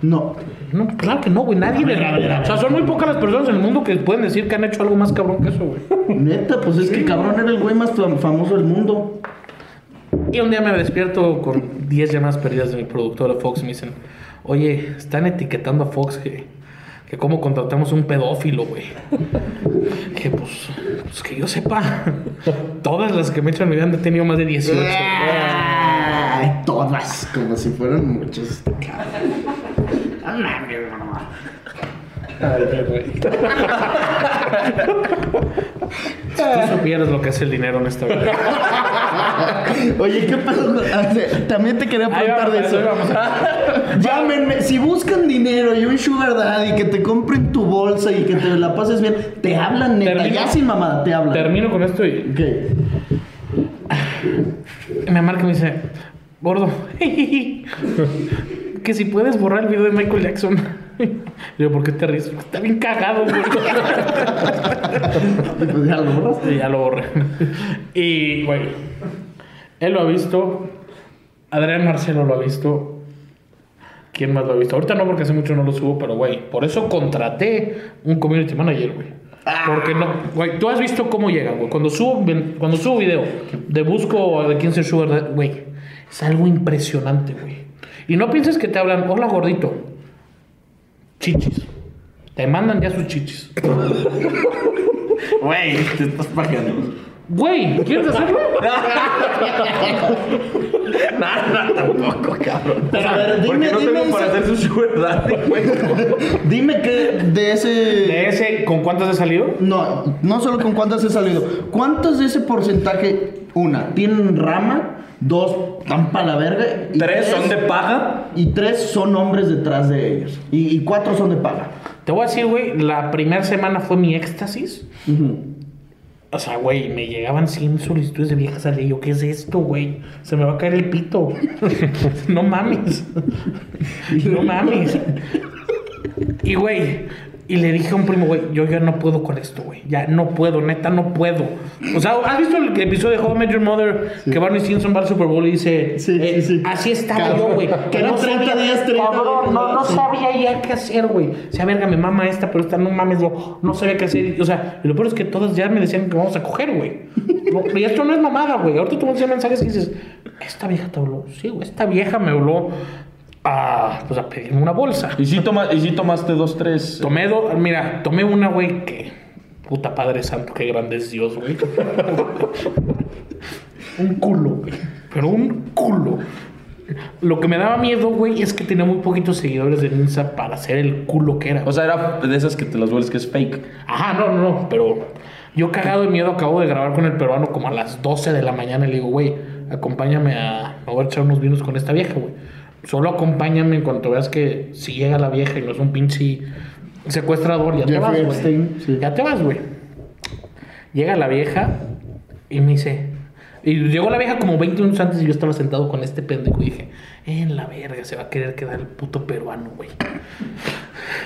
No.
No, claro que no, güey. Nadie de O sea, son muy pocas las personas en el mundo que pueden decir que han hecho algo más cabrón que eso, güey.
Neta, pues es que cabrón era el güey más fam- famoso del mundo.
Y un día me despierto con 10 llamadas perdidas de mi productora Fox. Me dicen, oye, están etiquetando a Fox que, que cómo contratamos un pedófilo, güey. que pues, pues que yo sepa, todas las que me echan mi vida han tenido más de 18.
Ay, todas, como si fueran este muchas.
Tú supieras lo que hace el dinero en esta vida.
Oye, ¿qué pedo? con- ah, sí, También te quería
Ahí
preguntar de
vamos,
eso.
ahí vamos.
Llámenme, si buscan dinero y un sugar daddy que te compren tu bolsa y que te la pases bien, te hablan neta,
Termino-
ya sin mamada, te hablan.
Termino con esto y
¿Qué?
me marca y me dice, gordo, que si puedes borrar el video de Michael Jackson. Le digo, ¿por qué te ríes? "Porque Está bien cagado, güey.
Y pues ya lo borraste.
Y ya lo borré. Y, güey, él lo ha visto. Adrián Marcelo lo ha visto. ¿Quién más lo ha visto? Ahorita no, porque hace mucho no lo subo, pero, güey, por eso contraté un community manager, güey. Porque no, güey, tú has visto cómo llegan, güey. Cuando subo, ven- cuando subo video de busco de 15 Sugar, Daddy, güey, es algo impresionante, güey. Y no pienses que te hablan, hola gordito, chichis. Te mandan ya sus chichis.
Güey, te estás pagando.
Güey, ¿quieres hacerlo?
Nada, tampoco, cabrón.
Pero a ver, dime, dime, esa-
su sugar daddy, güey.
dime que de ese.
¿De ese con cuántas has salido?
No, no solo con cuántas he salido. ¿Cuántas de ese porcentaje? Una, tienen rama. Dos, están para la verga. y
Tres son de paga.
Y tres son hombres detrás de ellos. Y, y cuatro son de paga.
Te voy a decir, güey, la primera semana fue mi éxtasis.
Ujú.
O sea, güey, me llegaban 100 solicitudes de viejas al día. Yo, ¿qué es esto, güey? Se me va a caer el pito. no mames. no mames. Y, güey, y le dije a un primo, güey, yo ya no puedo con esto, güey. Ya no puedo, neta, no puedo. O sea, ¿has visto el episodio de How I Met Your Mother? Que Barney Stinson va al Super Bowl y dice,
Sí, sí,
eh,
sí.
así estaba
Cabrón.
yo, güey.
Que no 30 días, 30
cabrón,
días.
no, no
Sí.
sabía ya qué hacer, güey. O sea, verga, me mama esta, pero esta no mames, yo no sabía qué hacer. O sea, y lo peor es que todas ya me decían que vamos a coger, güey. No, Y esto no es mamada, güey. Ahorita tú me envías mensajes y dices, esta vieja te habló. Sí, güey, esta vieja me habló a, pues, a pedirme una bolsa.
Y si, toma, y si tomaste dos, tres.
Tomé dos, mira, tomé una, güey, que. Puta Padre Santo, qué grande es Dios, güey. un culo, güey. Pero un culo. Lo que me daba miedo, güey, es que tenía muy poquitos seguidores en Insta para ser el culo que era.
O sea, era de esas que te las vuelves que es fake.
Ajá, no, no, no, pero yo cagado de miedo acabo de grabar con el peruano como a las 12 de la mañana y le digo, güey, acompáñame a, me voy a echar unos vinos con esta vieja, güey. Solo acompáñame en cuanto veas que si llega la vieja y no es un pinche secuestrador, ya te
Jeffrey
vas, güey.
Epstein, sí.
Ya te vas, güey. Llega la vieja y me dice... Y llegó la vieja como 20 minutos antes y yo estaba sentado con este pendejo y dije, en la verga, se va a querer quedar el puto peruano, güey.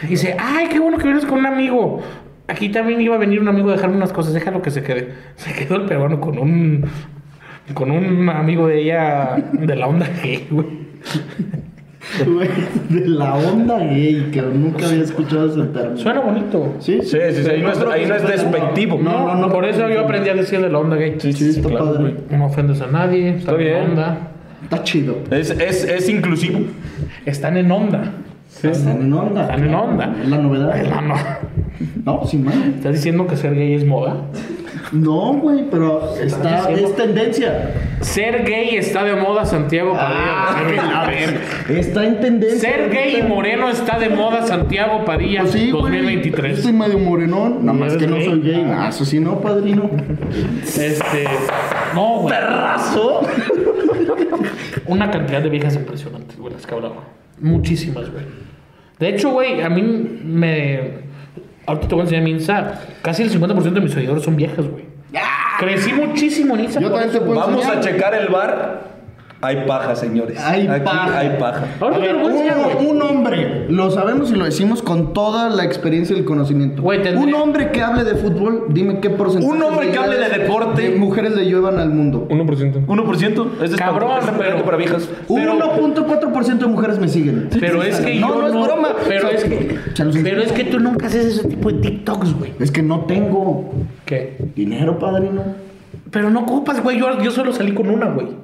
Y dice, ay, qué bueno que vienes con un amigo. Aquí también iba a venir un amigo a dejarme unas cosas, déjalo que se quede. Se quedó el peruano con un con un amigo de ella de la onda G, güey.
Güey, de la onda gay, que nunca había escuchado ese término.
Suena bonito.
¿Sí?
Sí, sí, sí, ahí no es- ahí no es despectivo.
No, no, no.
Por eso yo aprendí a decir de la onda gay.
Sí, está padre.
No ofendes a nadie, están
bien.
en onda.
Está chido.
Es, es, es inclusivo.
Están en onda.
Están en onda.
Están en onda.
Es la
Ay,
novedad.
no, no.
No, sin mal.
¿Estás diciendo que ser gay es moda?
No, güey, pero está, es tendencia.
Ser gay está de moda, Santiago Padilla.
Ah, que la verga. Está en tendencia.
Ser gay y
ahorita.
moreno está de moda, Santiago Padilla,
Pues sí, güey.
2023.
Yo soy medio morenón, nada
¿Y
más
eres
que no
gay?
soy gay. Ah, eso sí, no, padrino.
Este. No, güey.
¡Perrazo!
Una cantidad de viejas impresionantes, güey, las que hablaba. Muchísimas, güey. De hecho, güey, a mí me. Ahorita te voy a enseñar mi Insta. Casi el 50% de mis seguidores son viejas, güey. Crecí muchísimo en Insta.
Yo
por
también te
eso.
puedo
Vamos a
enseñar.
checar el bar. Hay paja, señores.
Hay
Aquí
paja.
Hay paja.
Ahorita te lo voy a enseñar,
Uno-
güey.
un, hombre, lo sabemos y lo decimos con toda la experiencia y el conocimiento.
Güey, tendría-
Un hombre que hable de fútbol, dime qué porcentaje.
Un hombre que hable de
ideas
deporte.
de mujeres le llevan al mundo.
1%.
1%. Este es
Cabrón,
para, es un referente
pero-
para viejas.
Pero-
1.4% de mujeres me siguen.
Pero es que
no,
yo
no es broma.
Pero
O sea,
es que.
se los-
Pero es que tú nunca haces ese tipo de TikToks, güey.
Es que no tengo
¿Qué?
dinero, padrino.
Pero no ocupas, güey. Yo, yo solo salí con una, güey.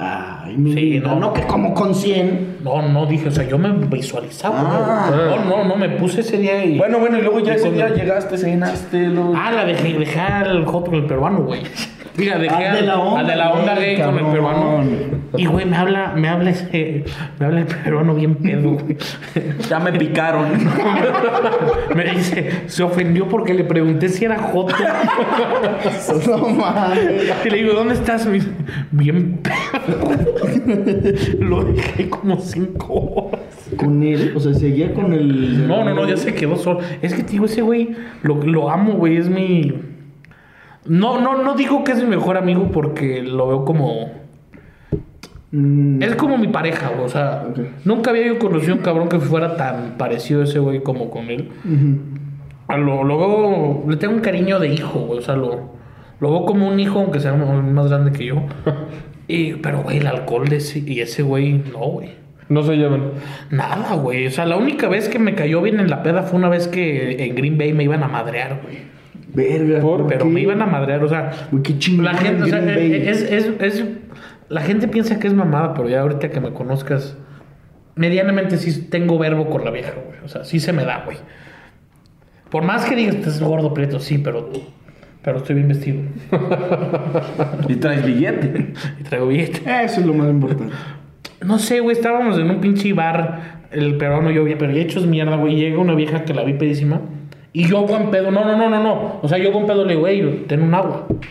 Ay, mi
Sí,
vida,
no.
no. que como con 100.
No, no dije, o sea, yo me visualizaba.
Ah.
güey. No, no, no, me puse ese día y.
Bueno, bueno, y luego ya
y
ese
con-
día llegaste, cenaste, luego...
Ah, la dejé, dejé al hot con el peruano, güey. Mira, dejé
Al
al,
Ah, de la onda,
al de la onda
güey,
gay con el
cabrón.
peruano. Y, güey, me habla, me habla ese, me habla el peruano bien pedo, güey.
Ya me picaron.
Me dice, se ofendió porque le pregunté si era joto.
No mames.
Y le digo, ¿dónde estás? Me dice, bien pedo. Lo dejé como cinco horas.
Con él, o sea, seguía con el.
No, no, no, ya se quedó solo. Es que, tío, ese güey, lo, lo amo, güey, es mi... No, no, no digo que es mi mejor amigo porque lo veo como... Es como mi pareja, güey, o sea, nunca había yo conocido un cabrón que fuera tan parecido a ese güey como con él. A lo, lo veo, le tengo un cariño de hijo, güey, o sea, lo, lo veo como un hijo, aunque sea más grande que yo. Y, pero, güey, el alcohol de ese- y ese güey, no, güey.
No se llevan.
Nada, güey. O sea, la única vez que me cayó bien en la peda fue una vez que en Green Bay me iban a madrear, güey.
Verga.
Por-
Pero
qué?
me iban a madrear, o sea.
Güey, qué chingón
La gente,
en
o sea, eh,
Green Bay.
es, es, es- La gente piensa que es mamada, pero ya ahorita que me conozcas, medianamente sí tengo verbo con la vieja, güey. O sea, sí se me da, güey. Por más que digas, estás gordo, prieto, sí, pero. Pero estoy bien vestido.
Y traes billete.
Y traigo billete.
Eso es lo más importante.
No sé, güey, estábamos en un pinche bar, el peruano y yo, pero ya hechos mierda, güey. Llega una vieja que la vi pedísima. Y yo, buen pedo, no, no, no, no, no. O sea, yo, buen pedo, le digo, "Ey, ten un agua.
Ok.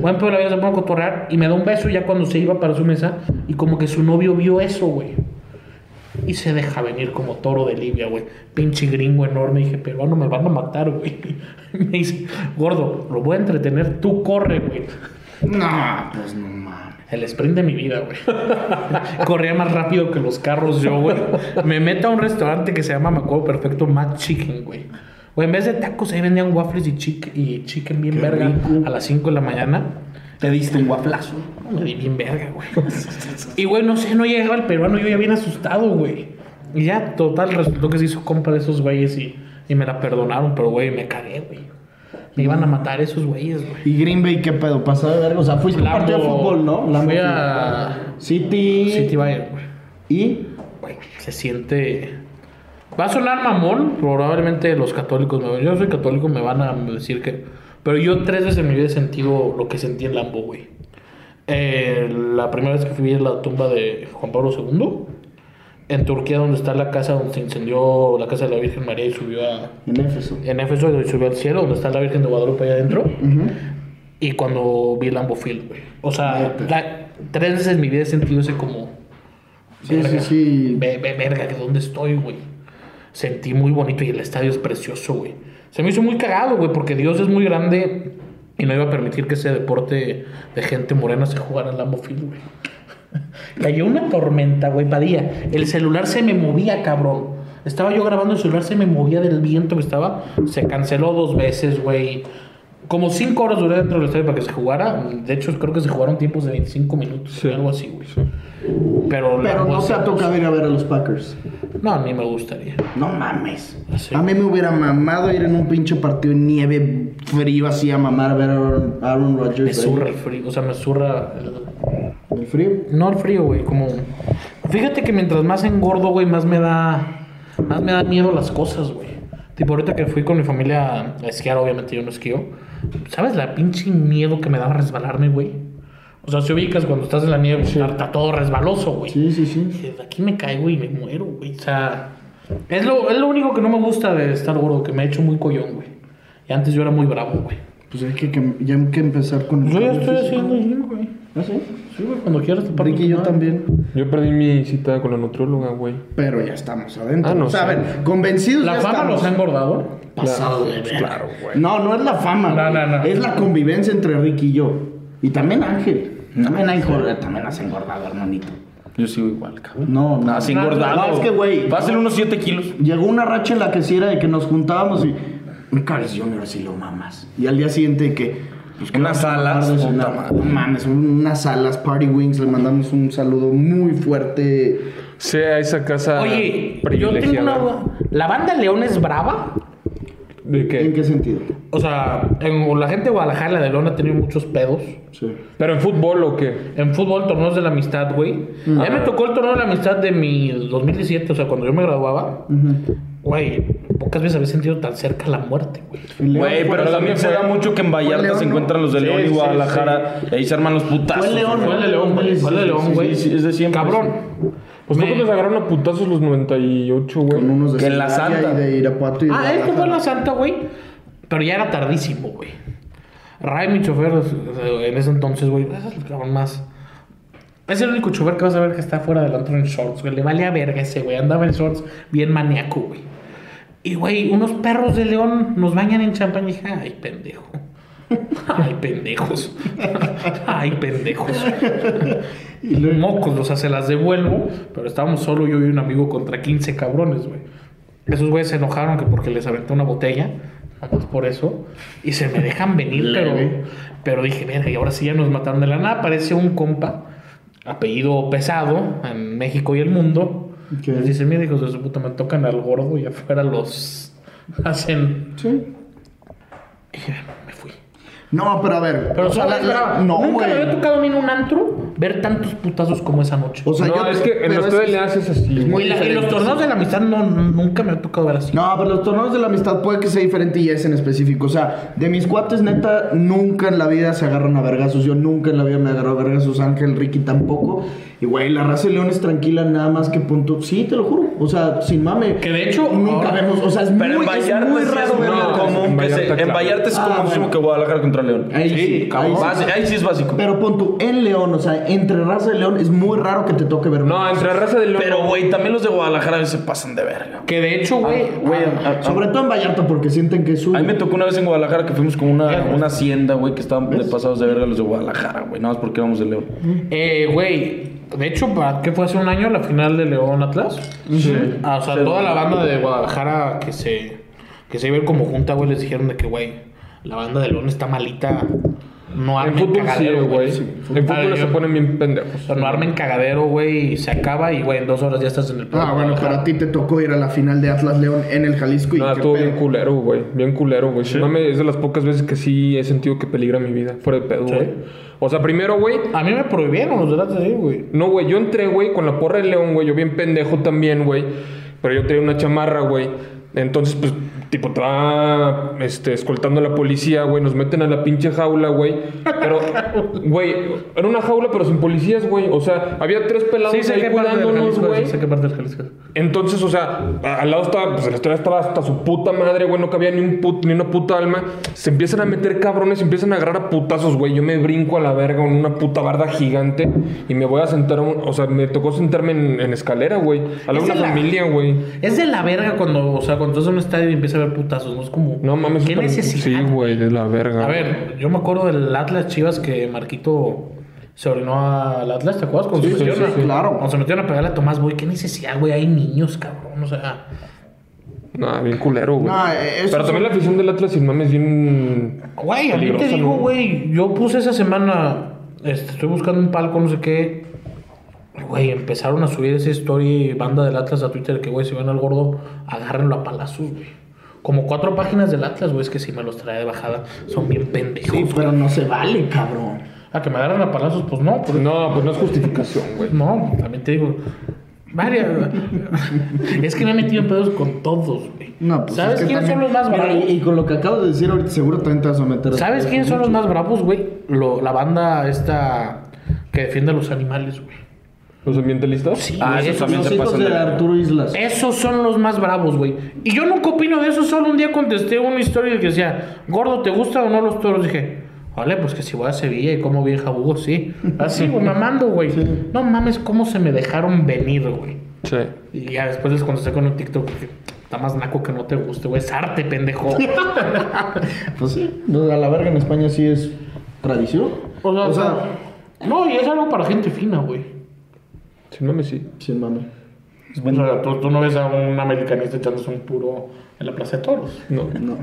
Buen pedo, la vieja se pone a cotorrear y me da un beso ya cuando se iba para su mesa. Y como que su novio vio eso, güey. Y se deja venir como toro de Libia, güey. Pinche gringo enorme. dije, peruano, me van a matar, güey. Me dice, gordo, lo voy a entretener, tú corre, güey.
No, pues no mames.
El sprint de mi vida, güey. Corría más rápido que los carros yo, güey. Me meto a un restaurante que se llama, me acuerdo perfecto, Mad Chicken, güey. Güey, en vez de tacos ahí vendían waffles y, chick- y chicken bien verga a las 5 de la mañana.
Te diste un guaflazo.
Me di bien verga, güey. Y, güey, no sé, no llegaba el peruano, yo ya bien asustado, güey. Y ya, total, resultó que se hizo compa de esos güeyes y, y me la perdonaron, pero, güey, me cagué, güey. Me iban a matar esos güeyes, güey.
¿Y Green Bay qué pedo? ¿Pasaba de verga? O sea, fuiste a un partido de
Lambo-
fútbol, ¿no?
Fui
Lambo-
a
City.
City Bayern, güey.
¿Y?
güey, se siente. Va a sonar mamón, probablemente los católicos me Yo soy católico, me van a decir que. Pero yo tres veces en mi vida he sentido lo que sentí en Lambo, güey. Eh, la primera vez que fui a la tumba de Juan Pablo II, en Turquía, donde está la casa donde se incendió la casa de la Virgen María y subió a.
En Éfeso.
En Éfeso y subió al cielo, donde está la Virgen de Guadalupe allá adentro. Y cuando vi Lambo Field, güey. O sea, la- tres veces en mi vida he sentido ese como.
Sí, sí,
Verga.
sí.
Ve, ve, verga, que dónde estoy, güey. Sentí muy bonito y el estadio es precioso, güey. Se me hizo muy cagado, güey, porque Dios es muy grande y no iba a permitir que ese deporte de gente morena se jugara en Lambo Field, güey. Cayó una tormenta, güey, Padilla. El celular se me movía, cabrón. Estaba yo grabando, el celular se me movía del viento que estaba. Se canceló dos veces, güey. Como cinco horas duré dentro del estadio para que se jugara. De hecho, creo que se jugaron tiempos de 25 minutos, algo así, güey. Pero,
Pero no se ha tocado
pues.
ir a ver a los Packers.
No, ni me gustaría.
No mames.
Ah, Sí.
A mí me hubiera mamado ir en un pinche partido de nieve frío así a mamar a ver a Aaron, Aaron
Me
Rodgers. ahí.
zurra el frío. O sea, me zurra el-
¿El frío?
No el frío, güey. Como... Fíjate que mientras más engordo, güey, más me da... Más me da miedo las cosas, güey. Tipo, ahorita que fui con mi familia a esquiar, obviamente yo no esquío. ¿Sabes la pinche miedo que me daba resbalarme, güey? O sea, si ubicas cuando estás en la nieve, está todo resbaloso, güey.
Sí, sí, sí.
Dije, "De aquí me caigo y me muero, güey. O sea, es lo, es lo único que no me gusta de estar gordo, que me ha hecho muy collón, güey. Y antes yo era muy bravo, güey.
Pues hay que, que- ya hay que empezar con el
Yo ya
cambio
estoy
físico.
haciendo gym, güey.
¿Ah, sí?
Sí, güey, cuando quieras te parto
Ricky
tu
y yo
madre.
también.
Yo perdí mi cita con la nutrióloga, güey.
Pero ya estamos adentro.
Ah, no
o sea, a
sé.
ver, convencidos
La
ya
fama
estamos.
los ha engordado.
Pasado de
pues,
verga. No, no es la fama.
No,
güey.
no, no.
Es la convivencia entre Ricky y yo. Y también Ángel. También, hay, también has engordado, hermanito.
Yo sigo igual, cabrón.
No, no.
Así engordado.
No, es que, güey.
Va a ser unos 7 kilos.
Llegó una racha en la que sí era de que nos juntábamos y. Un Carl Jr. si lo mamas. Y al día siguiente de que. Pues,
Unas
que vamos a
alas,
tomar de
puta
cenar.
madre.
No mames, unas alas, Party Wings. Le mandamos un saludo muy fuerte.
Sea esa casa
Oye, yo tengo una
privilegiada.
duda. ¿La banda León es brava?
¿De qué?
¿En qué sentido?
O sea, en- la gente de Guadalajara, la de León, ha tenido muchos pedos.
¿Pero en fútbol o qué?
En fútbol, torneos de la amistad, güey.
Mm.
A mí me tocó el torneo de la amistad de mi 2017, o sea, cuando yo me graduaba. Güey, pocas veces había sentido tan cerca la muerte, güey.
Güey, pero
León
también se
fue-
da mucho que en Vallarta se encuentran los de León y
sí,
Guadalajara. y Ahí se arman los putazos.
Fue el de León, güey. Fue el de León, güey.
sí, sí, es de siempre.
Cabrón.
Pues
Me-
nosotros nos agarraron a putazos los 98, güey.
Con unos de
Que en la
Celaya
Santa.
y de Irapuato y de
Ah, esto fue en
Guadalajara.
la Santa, güey. Pero ya era tardísimo, güey. Ray, mi chofer, o sea, en ese entonces, güey, es el cabrón más. Es el único chofer que vas a ver que está fuera del antro en shorts, güey. Le vale a verga ese, güey. Andaba en shorts bien maníaco, güey. Y, güey, unos perros de león nos bañan en champán. Y dije, ay, pendejo. Ay, pendejos. Ay, pendejos. Y los mocos, o sea, se las devuelvo. Pero estábamos solo yo y un amigo contra 15 cabrones, güey. Esos güeyes se enojaron que porque les aventé una botella. Nomás por eso. Y se me dejan venir, pero, pero dije, verga, y ahora sí ya nos mataron de la nada. Aparece un compa, apellido pesado, en México y el mundo. Les dice, mira, hijos de su puta, me tocan al gordo y afuera los hacen.
Sí.
Y dije, me fui.
No, pero a ver.
Pero
o sea, la-
solo
la-
esperaba.
no,
Nunca me había
güey.
tocado a mí en un antro ver tantos putazos como esa noche.
O sea,
no,
yo.
es que en
pero
los
es-
TDLA es así.
y, la- y los torneos de la amistad no, nunca me ha tocado ver así.
No, pero los torneos de la amistad puede que sea diferente y es en específico. O sea, de mis cuates, neta, nunca en la vida se agarran a vergazos. Yo nunca en la vida me agarró a vergazos. Ángel, Ricky tampoco. Y, güey, la raza de León es tranquila, nada más que punto. Sí, te lo juro. O sea, sin mame.
Que de hecho,
nunca
ahora-
vemos. O sea, es
Pero
muy,
en
es
Vallarta
muy
sí
raro
es
ver
muy
la-
común. que
En
se-
Vallarta,
en
claro.
Vallarta es
Ah,
como
bueno.
que Guadalajara contra León.
Ahí sí, ahí sí.
Base- Ahí sí es básico.
Pero pon tú, en León, o sea, entre raza de León es muy raro que te toque ver.
No, entre la raza de León.
Pero, güey, también los de Guadalajara a veces se pasan de verga.
Que de hecho, güey,
Ah,
ah,
Güey, a- a-
Sobre todo en Vallarta porque sienten que es suyo.
A mí me tocó una vez en Guadalajara que fuimos con una, una hacienda, güey, que estaban de pasados de verga los de Guadalajara, güey. Nada más porque íbamos de León.
eh, güey, de hecho, ¿para qué fue hace un año la final de León Atlas? Ah, o sea, toda la banda de Guadalajara que se, que se iba a ir como junta, güey, les dijeron de que, güey, la banda de León está malita. No
En
Ah,
armen
fútbol sí,
cagadero,
güey.
Sí.
En
Ah,
fútbol se
yo-
ponen bien pendejos.
O sea, no armen cagadero, güey, y se acaba y, güey, en dos horas ya estás en el
Ah, bueno, para ti te tocó ir a la final de Atlas León en el Jalisco y
Nada,
qué
estuvo
pedo.
bien culero, güey. Bien culero, güey. No me- es de las pocas veces que sí he sentido que peligra mi vida. Fuera de pedo, güey. O sea, primero, güey.
A mí me prohibieron los datos de ahí, güey.
No, güey. Yo entré, güey, con la porra de León, güey. Yo bien pendejo también, güey. Pero yo traía una chamarra, güey. Entonces, pues, tipo, estaba este, escoltando a la policía, güey. Nos meten a la pinche jaula, güey. Pero, güey, era una jaula, pero sin policías, güey. O sea, había tres pelados
Sí, sé
ahí
qué parte del
cuidándonos,
Jalisco
güey.
es, sé qué parte del Jalisco es.
Entonces, o sea, a- al lado estaba, pues el estadio estaba hasta su puta madre, güey, no cabía ni, un put- ni una puta alma. Se empiezan a meter cabrones, se empiezan a agarrar a putazos, güey. Yo me brinco a la verga en una puta barda gigante y me voy a sentar, a un- o sea, me tocó sentarme en, en escalera, güey. A la
Esa
una
es la-
familia, güey.
Es de la verga cuando, o sea, cuando estás en un estadio y empieza a haber putazos, ¿no? Es como.
No mames,
¿Qué
súper-
necesidad?
Sí, güey, de la verga.
A ver, yo me acuerdo del Atlas Chivas que Marquito se orinó al Atlas, ¿te acuerdas? Cuando
Sí,
se
sí,
metieron
sí,
a-
sí.
Claro.
Cuando se metieron a pegarle a Tomás Boy, ¿qué necesidad, güey? Hay niños, cabrón, o sea.
Nah, bien culero, güey.
No, eh, eso
Pero también la afición del Atlas sin mames, bien.
Güey, a mí te
Peligroso,
digo,
¿no?
güey, yo puse esa semana, este, estoy buscando un palco, no sé qué. Güey, empezaron a subir esa story banda del Atlas a Twitter que, güey, si ven al gordo, agárrenlo a palazos, güey. Como cuatro páginas del Atlas, güey, es que si me los trae de bajada, son bien pendejos.
Sí, pero no se vale, cabrón.
A que me agarren a palazos, pues no, pues
No, pues no es justificación, güey.
no, también te digo. María, es que me he metido en pedos con todos, güey.
No, pues
¿Sabes
es que
quiénes
también-
son los más
Mira,
bravos?
y, y con lo que acabo de decir ahorita, seguro también te vas a meter. a-
¿Sabes quiénes son los más bravos, güey? Lo- la banda esta que defiende a los animales, güey.
¿Los ambientalistas?
Sí,
Ah,
güey,
esos
esos,
también
Los
se
hijos
pasan
de Eh.
de verga.
Arturo Islas.
esos son los más bravos, güey. Y yo nunca opino de eso, solo un día contesté una historia que decía, gordo, ¿te gusta o no los toros? Dije, vale, pues que si voy a Sevilla y como bien jabugo, sí. Así, güey, mamando, güey. No mames, cómo se me dejaron venir, güey.
Sí.
Y ya después les contesté con un TikTok que está más naco que no te guste, güey. Es arte, pendejo.
Pues sí, o sea, la verga en España sí es tradición.
O sea,
O sea,
no, y es algo para gente fina, güey.
Sin mames, sí.
sin mame. Pues
O sea, tú, tú no ves a un americanista echándose un puro en la Plaza de Toros.
No.
No,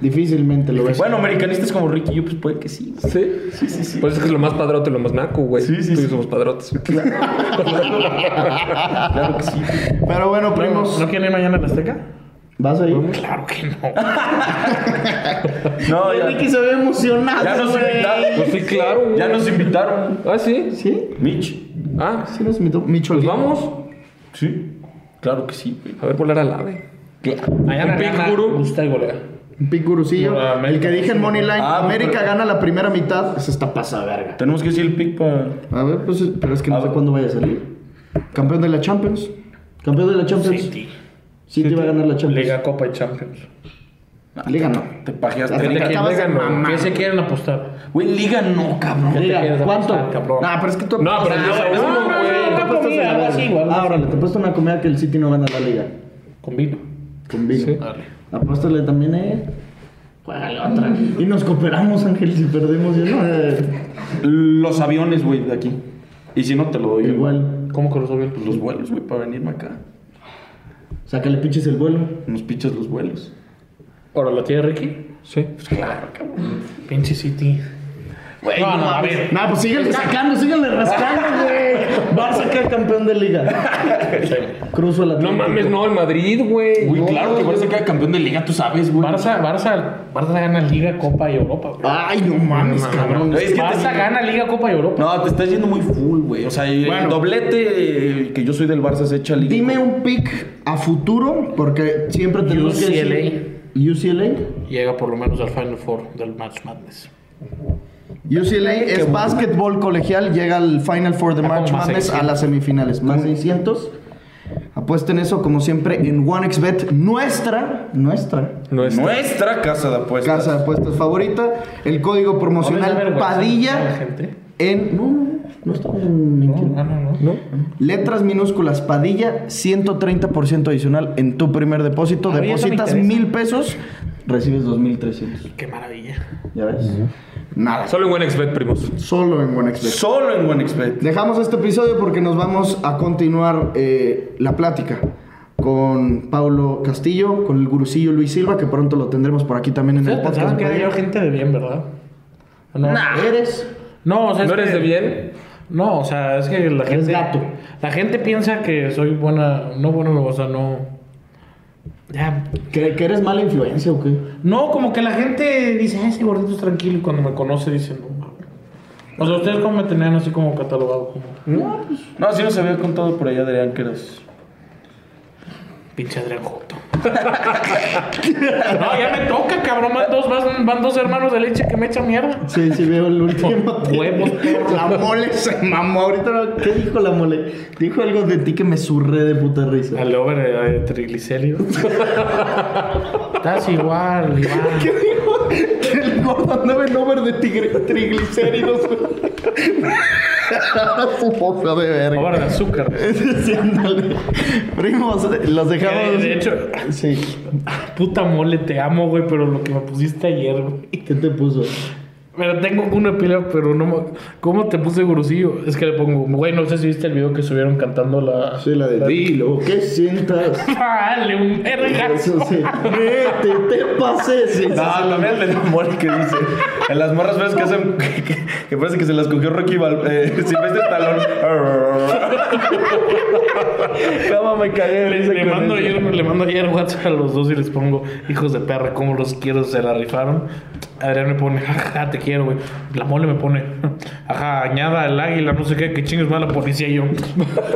difícilmente lo ves.
Bueno, americanistas como Ricky y yo, pues puede que sí. güey.
Sí, sí, sí, Pues es que es lo más padrote, lo más naco, güey. Sí, sí. Tú y yo somos padrotes.
Pero bueno,
¿No,
primos.
¿no quieren ir mañana a la Azteca?
¿Vas a ir?
Claro que no.
No,
Oye,
ya,
Ricky se ve emocionado.
ya nos
güey.
invitaron.
Pues sí, claro, güey.
Ya nos invitaron.
Ah, sí.
¿Sí?
Mitch.
Ah,
Sí nos invitó. Micho
pues
Oliva.
vamos.
Sí. Claro que sí.
A ver, volar al ave.
Mañana
Un pick
gana,
guru.
gusta y golea.
Pic Gurusillo.
No, América.
el que dije en Moneyline.
Ah,
América
pero-
gana la primera mitad. Eso está pasada verga.
Tenemos que decir el pick para.
A ver, pues, pero es que no
A
sé
ver.
cuándo vaya a salir. Campeón de la Champions. Campeón de la Champions. City. va a ganar la Champions.
Liga, Copa y Champions.
Liga no.
Te pajeaste.
Te
Liga.
acabas de
Liga no.
mamar.
¿Qué se quieren apostar?
Güey, Liga no, cabrón.
Liga,
quieres
¿cuánto?
apostar, cabrón?
Nah, pero es que tú
No, pero
apuestas-
yo
Ah,
sabes
bueno,
uno,
no, no,
güey.
no,
Una
te apuestas
comida,
a la
algo
verga.
así, igual.
Ah, órale, te apuesto una comida que el City no gana la Liga.
Con vino.
Con vino. Apóstale también, eh. Juégale otra. Y nos cooperamos, Ángel, si perdemos. Yo no, eh,
Los aviones, güey, de aquí. Y si no, te lo doy.
Igual.
¿Cómo que los obvio?
Pues los vuelos, güey, para venirme acá.
Sácale pinches el vuelo.
Nos pichas los vuelos.
¿Ahora la tiene Ricky?
Sí.
Pues
Pinche City. no, no, a ver.
Nah, pues síguele sacando, síguele rascando, güey. Vas a sacar campeón de liga. Cruzo el
No
Atlético.
mames, no, el Madrid, güey.
Güey, claro que Barça queda campeón de liga, tú sabes, güey.
Barça, Barça, Barça gana Liga, Copa y Europa. güey.
Ay, no mames, cabrón.
Es que te-
Barça gana Liga, Copa y Europa.
No, te estás yendo muy full, güey. O sea, el doblete eh, que yo soy del Barça se echa liga.
Dime un pick a futuro, porque siempre tenemos que decir... UCLA.
Llega por lo menos al Final Four del Match Madness.
UCLA es básquetbol colegial, llega al Final Four de
Ya como
March
más
Madness a
600.
las semifinales. Más 600. Apuesten eso, como siempre, en OneXBet, nuestra, nuestra
No es.
Nuestra casa de apuestas.
casa de apuestas favorita. El código promocional Padilla
gente?
en. No, no, no estamos mintiendo.
No, no, no. ¿No?
Letras minúsculas, Padilla, 130% adicional en tu primer depósito.
A mí eso me
Depositas
interesa.
mil pesos, recibes 2,300.
Qué maravilla.
¿Ya ves? Nada.
Solo en buen expert, primos.
Solo en OneXBet.
Solo en OneXBet.
Dejamos este episodio porque nos vamos a continuar eh, la plática con Paulo Castillo, con el gurusillo Luis Silva, que pronto lo tendremos por aquí también en el
Ustedes
podcast.
pensaban que era yo gente de bien, ¿verdad? No,
eres.
no o sea, es
¿No eres
que-
de bien?
No, o sea, es que la gente.
gato.
La gente piensa que soy buena. No, bueno, o sea, no. Ya.
¿Que, que eres mala influencia o qué?
No, como que la gente dice, "Ah, ese gordito es tranquilo. Y cuando me conoce, dicen, no. mames". O sea, ustedes cómo me tenían así como catalogado, como.
No, si nos había contado por ahí Adrián que eras.
Pinche Adrián Joto. no, ya me toca, cabrón. Van dos, van, van dos hermanos de leche que me echan mierda.
Sí, sí, veo el último.
Huevos,
la mole se mamó. Ahorita, no- ¿qué dijo la mole? Dijo algo de ti que me surré de puta risa.
Al over de, de triglicéridos. Estás igual, Iván.
¿Qué dijo? Que el gordo andaba en over de tigre, triglicéridos. Su pozo de verga.
Over de azúcar.
Sí, ándale. Primos, los
Que
dejamos.
de hecho,
Sí.
puta mole, te amo, güey, pero lo que me pusiste ayer, güey.
¿Qué te puso?
Pero tengo una pila, pero no me... ¿Cómo te puse gurusillo? Es que le pongo, güey, no sé si viste el video que subieron cantando la...
Sí, la de Dilo, ¿qué sientas?
Dale, un vergazo.
Eso sí. Vete, te pases. Sí, sí,
No,
sí.
también el de la mole que dice. En las morras ves que hacen. Que, que- que parece que se las cogió Rocky Val, eh, Silvestre Talón. Cómo me cagué. de risa
Le
con
mando,
eso.
ayer, le mando ayer WhatsApp a los dos y les pongo, hijos de perra, ¿cómo los quiero? Se la rifaron. Adrián me pone, jaja, te quiero, güey. La mole me pone, ajá, añada el águila, no sé qué, que chingues va la policía y yo.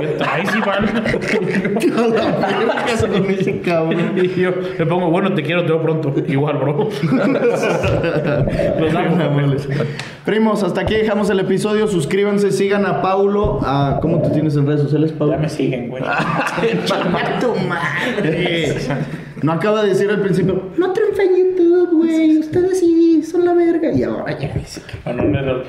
¿Qué traes, Iván?
A la verga, son ese cabrón.
Y yo le pongo, bueno, te quiero, te veo pronto. Igual, bro. Los amo, cabrones.
Primos, hasta aquí dejamos el episodio. Suscríbanse, sigan a Paulo. A, ¿Cómo te tienes en redes sociales, Paulo?
Ya me siguen, güey.
tu madre. No acaba de decir al principio, no triunfa en YouTube, güey. Ustedes sí son la verga. Y ahora ya dice que.
Bueno, no, no, no.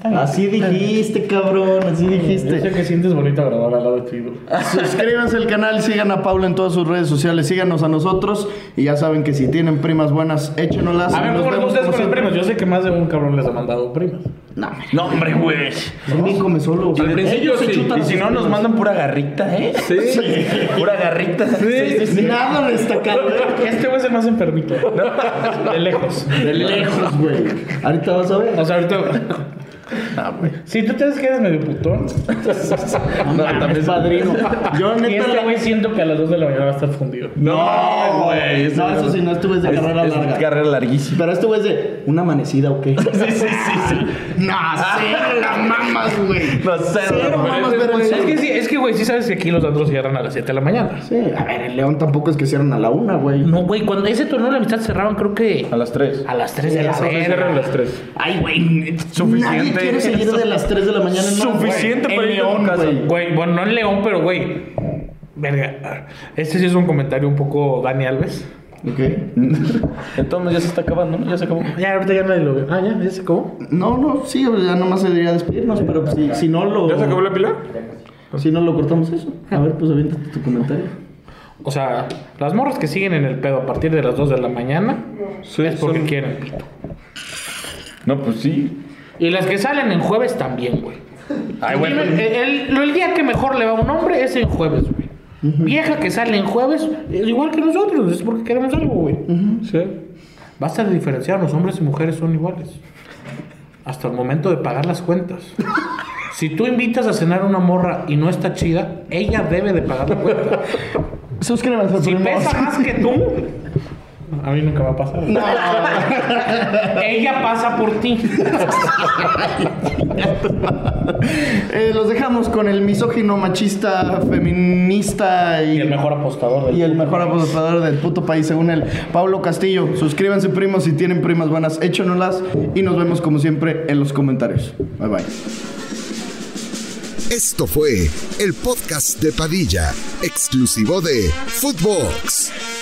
Así dijiste, cabrón. Así
Yo sé
dijiste.
que sientes bonito grabar al lado de ti,
Ah,
bro.
Suscríbanse al canal, sigan a Paulo en todas sus redes sociales, síganos a nosotros. Y ya saben que si tienen primas buenas, échenolas.
A ver,
Nos
¿cómo les
vemos
ustedes
como
con las
siempre.
primas? Yo sé que más de un cabrón les ha mandado primas.
No, hombre.
No, hombre, güey.
Él bien come solo.
Al principio
Ellos se
sí.
chutan
Y si
las
no, nos
primas.
mandan pura garrita, ¿eh?
Sí.
Pura garrita.
Sí, sí, Nada destacado.
Este güey es el más enfermito. De lejos.
De lejos, güey. Ahorita vas a ver.
O sea, ahorita.
Ah, güey.
Si tú te das que eres medio putón.
No, también es
Padrino. Yo
Y
neta.
este güey siento que a las 2 de la mañana va a estar fundido.
No, güey. No, eso sí, no estuve de carrera
es
larga.
carrera larguísima.
Pero esto es de una amanecida o qué. sí, sí, sí, sí. No, cero la mamas, güey.
No, cero,
Cero
güey.
mamas, pero en
Es
serio.
que sí, es que, güey, sí sabes que aquí los antros cierran a las 7 de la mañana.
Sí, a ver, el León tampoco es que cierran a la una, güey.
No, güey, cuando ese torneo de la amistad cerraban, creo que
A las 3.
a las 3 de la
Se cierran
mañana.
las tres.
Ay, güey. Nadie
Suficiente.
quiere seguir de las 3 de la mañana en más, güey.
Suficiente para
En
irte a tu
León,
casa.
güey.
Güey, bueno, no en León, pero güey. Verga. Este sí es un comentario un poco Dani Alves.
Ok.
Entonces ya se está acabando, ¿no? Ya se acabó.
Ya, ahorita ya nadie lo ve. Ah, ya, ya se acabó.
No, no, sí, ya nomás se debería despedirnos, pero pues, si, si no lo.
¿Ya se acabó la pila?
Si no lo cortamos eso. A ver, pues aviéntate tu comentario.
O sea, las morras que siguen en el pedo a partir de las 2 de la mañana es porque quieren pito.
No, pues sí.
Y las que salen en jueves también, güey.
Ay,
Dime,
bueno.
el, el- el día que mejor le va a un hombre es en jueves, güey. Vieja que sale en jueves, es igual que nosotros, es porque queremos algo, güey.
Sí.
Basta de diferenciarnos, hombres y mujeres son iguales. Hasta el momento de pagar las cuentas. Si tú invitas a cenar a una morra y no está chida, ella debe de pagar la cuenta.
Suscríbanse al
Si pesa más que tú, a mí nunca va a pasar. Ella pasa por ti.
Eh, los dejamos con el misógino, machista, feminista y,
Y el mejor apostador del
y el mejor apostador del puto país, según él, Pablo Castillo. Suscríbanse, primos, si tienen primas buenas, échenolas y nos vemos como siempre en los comentarios. Bye bye.
Esto fue el podcast de Padilla, exclusivo de Footbox.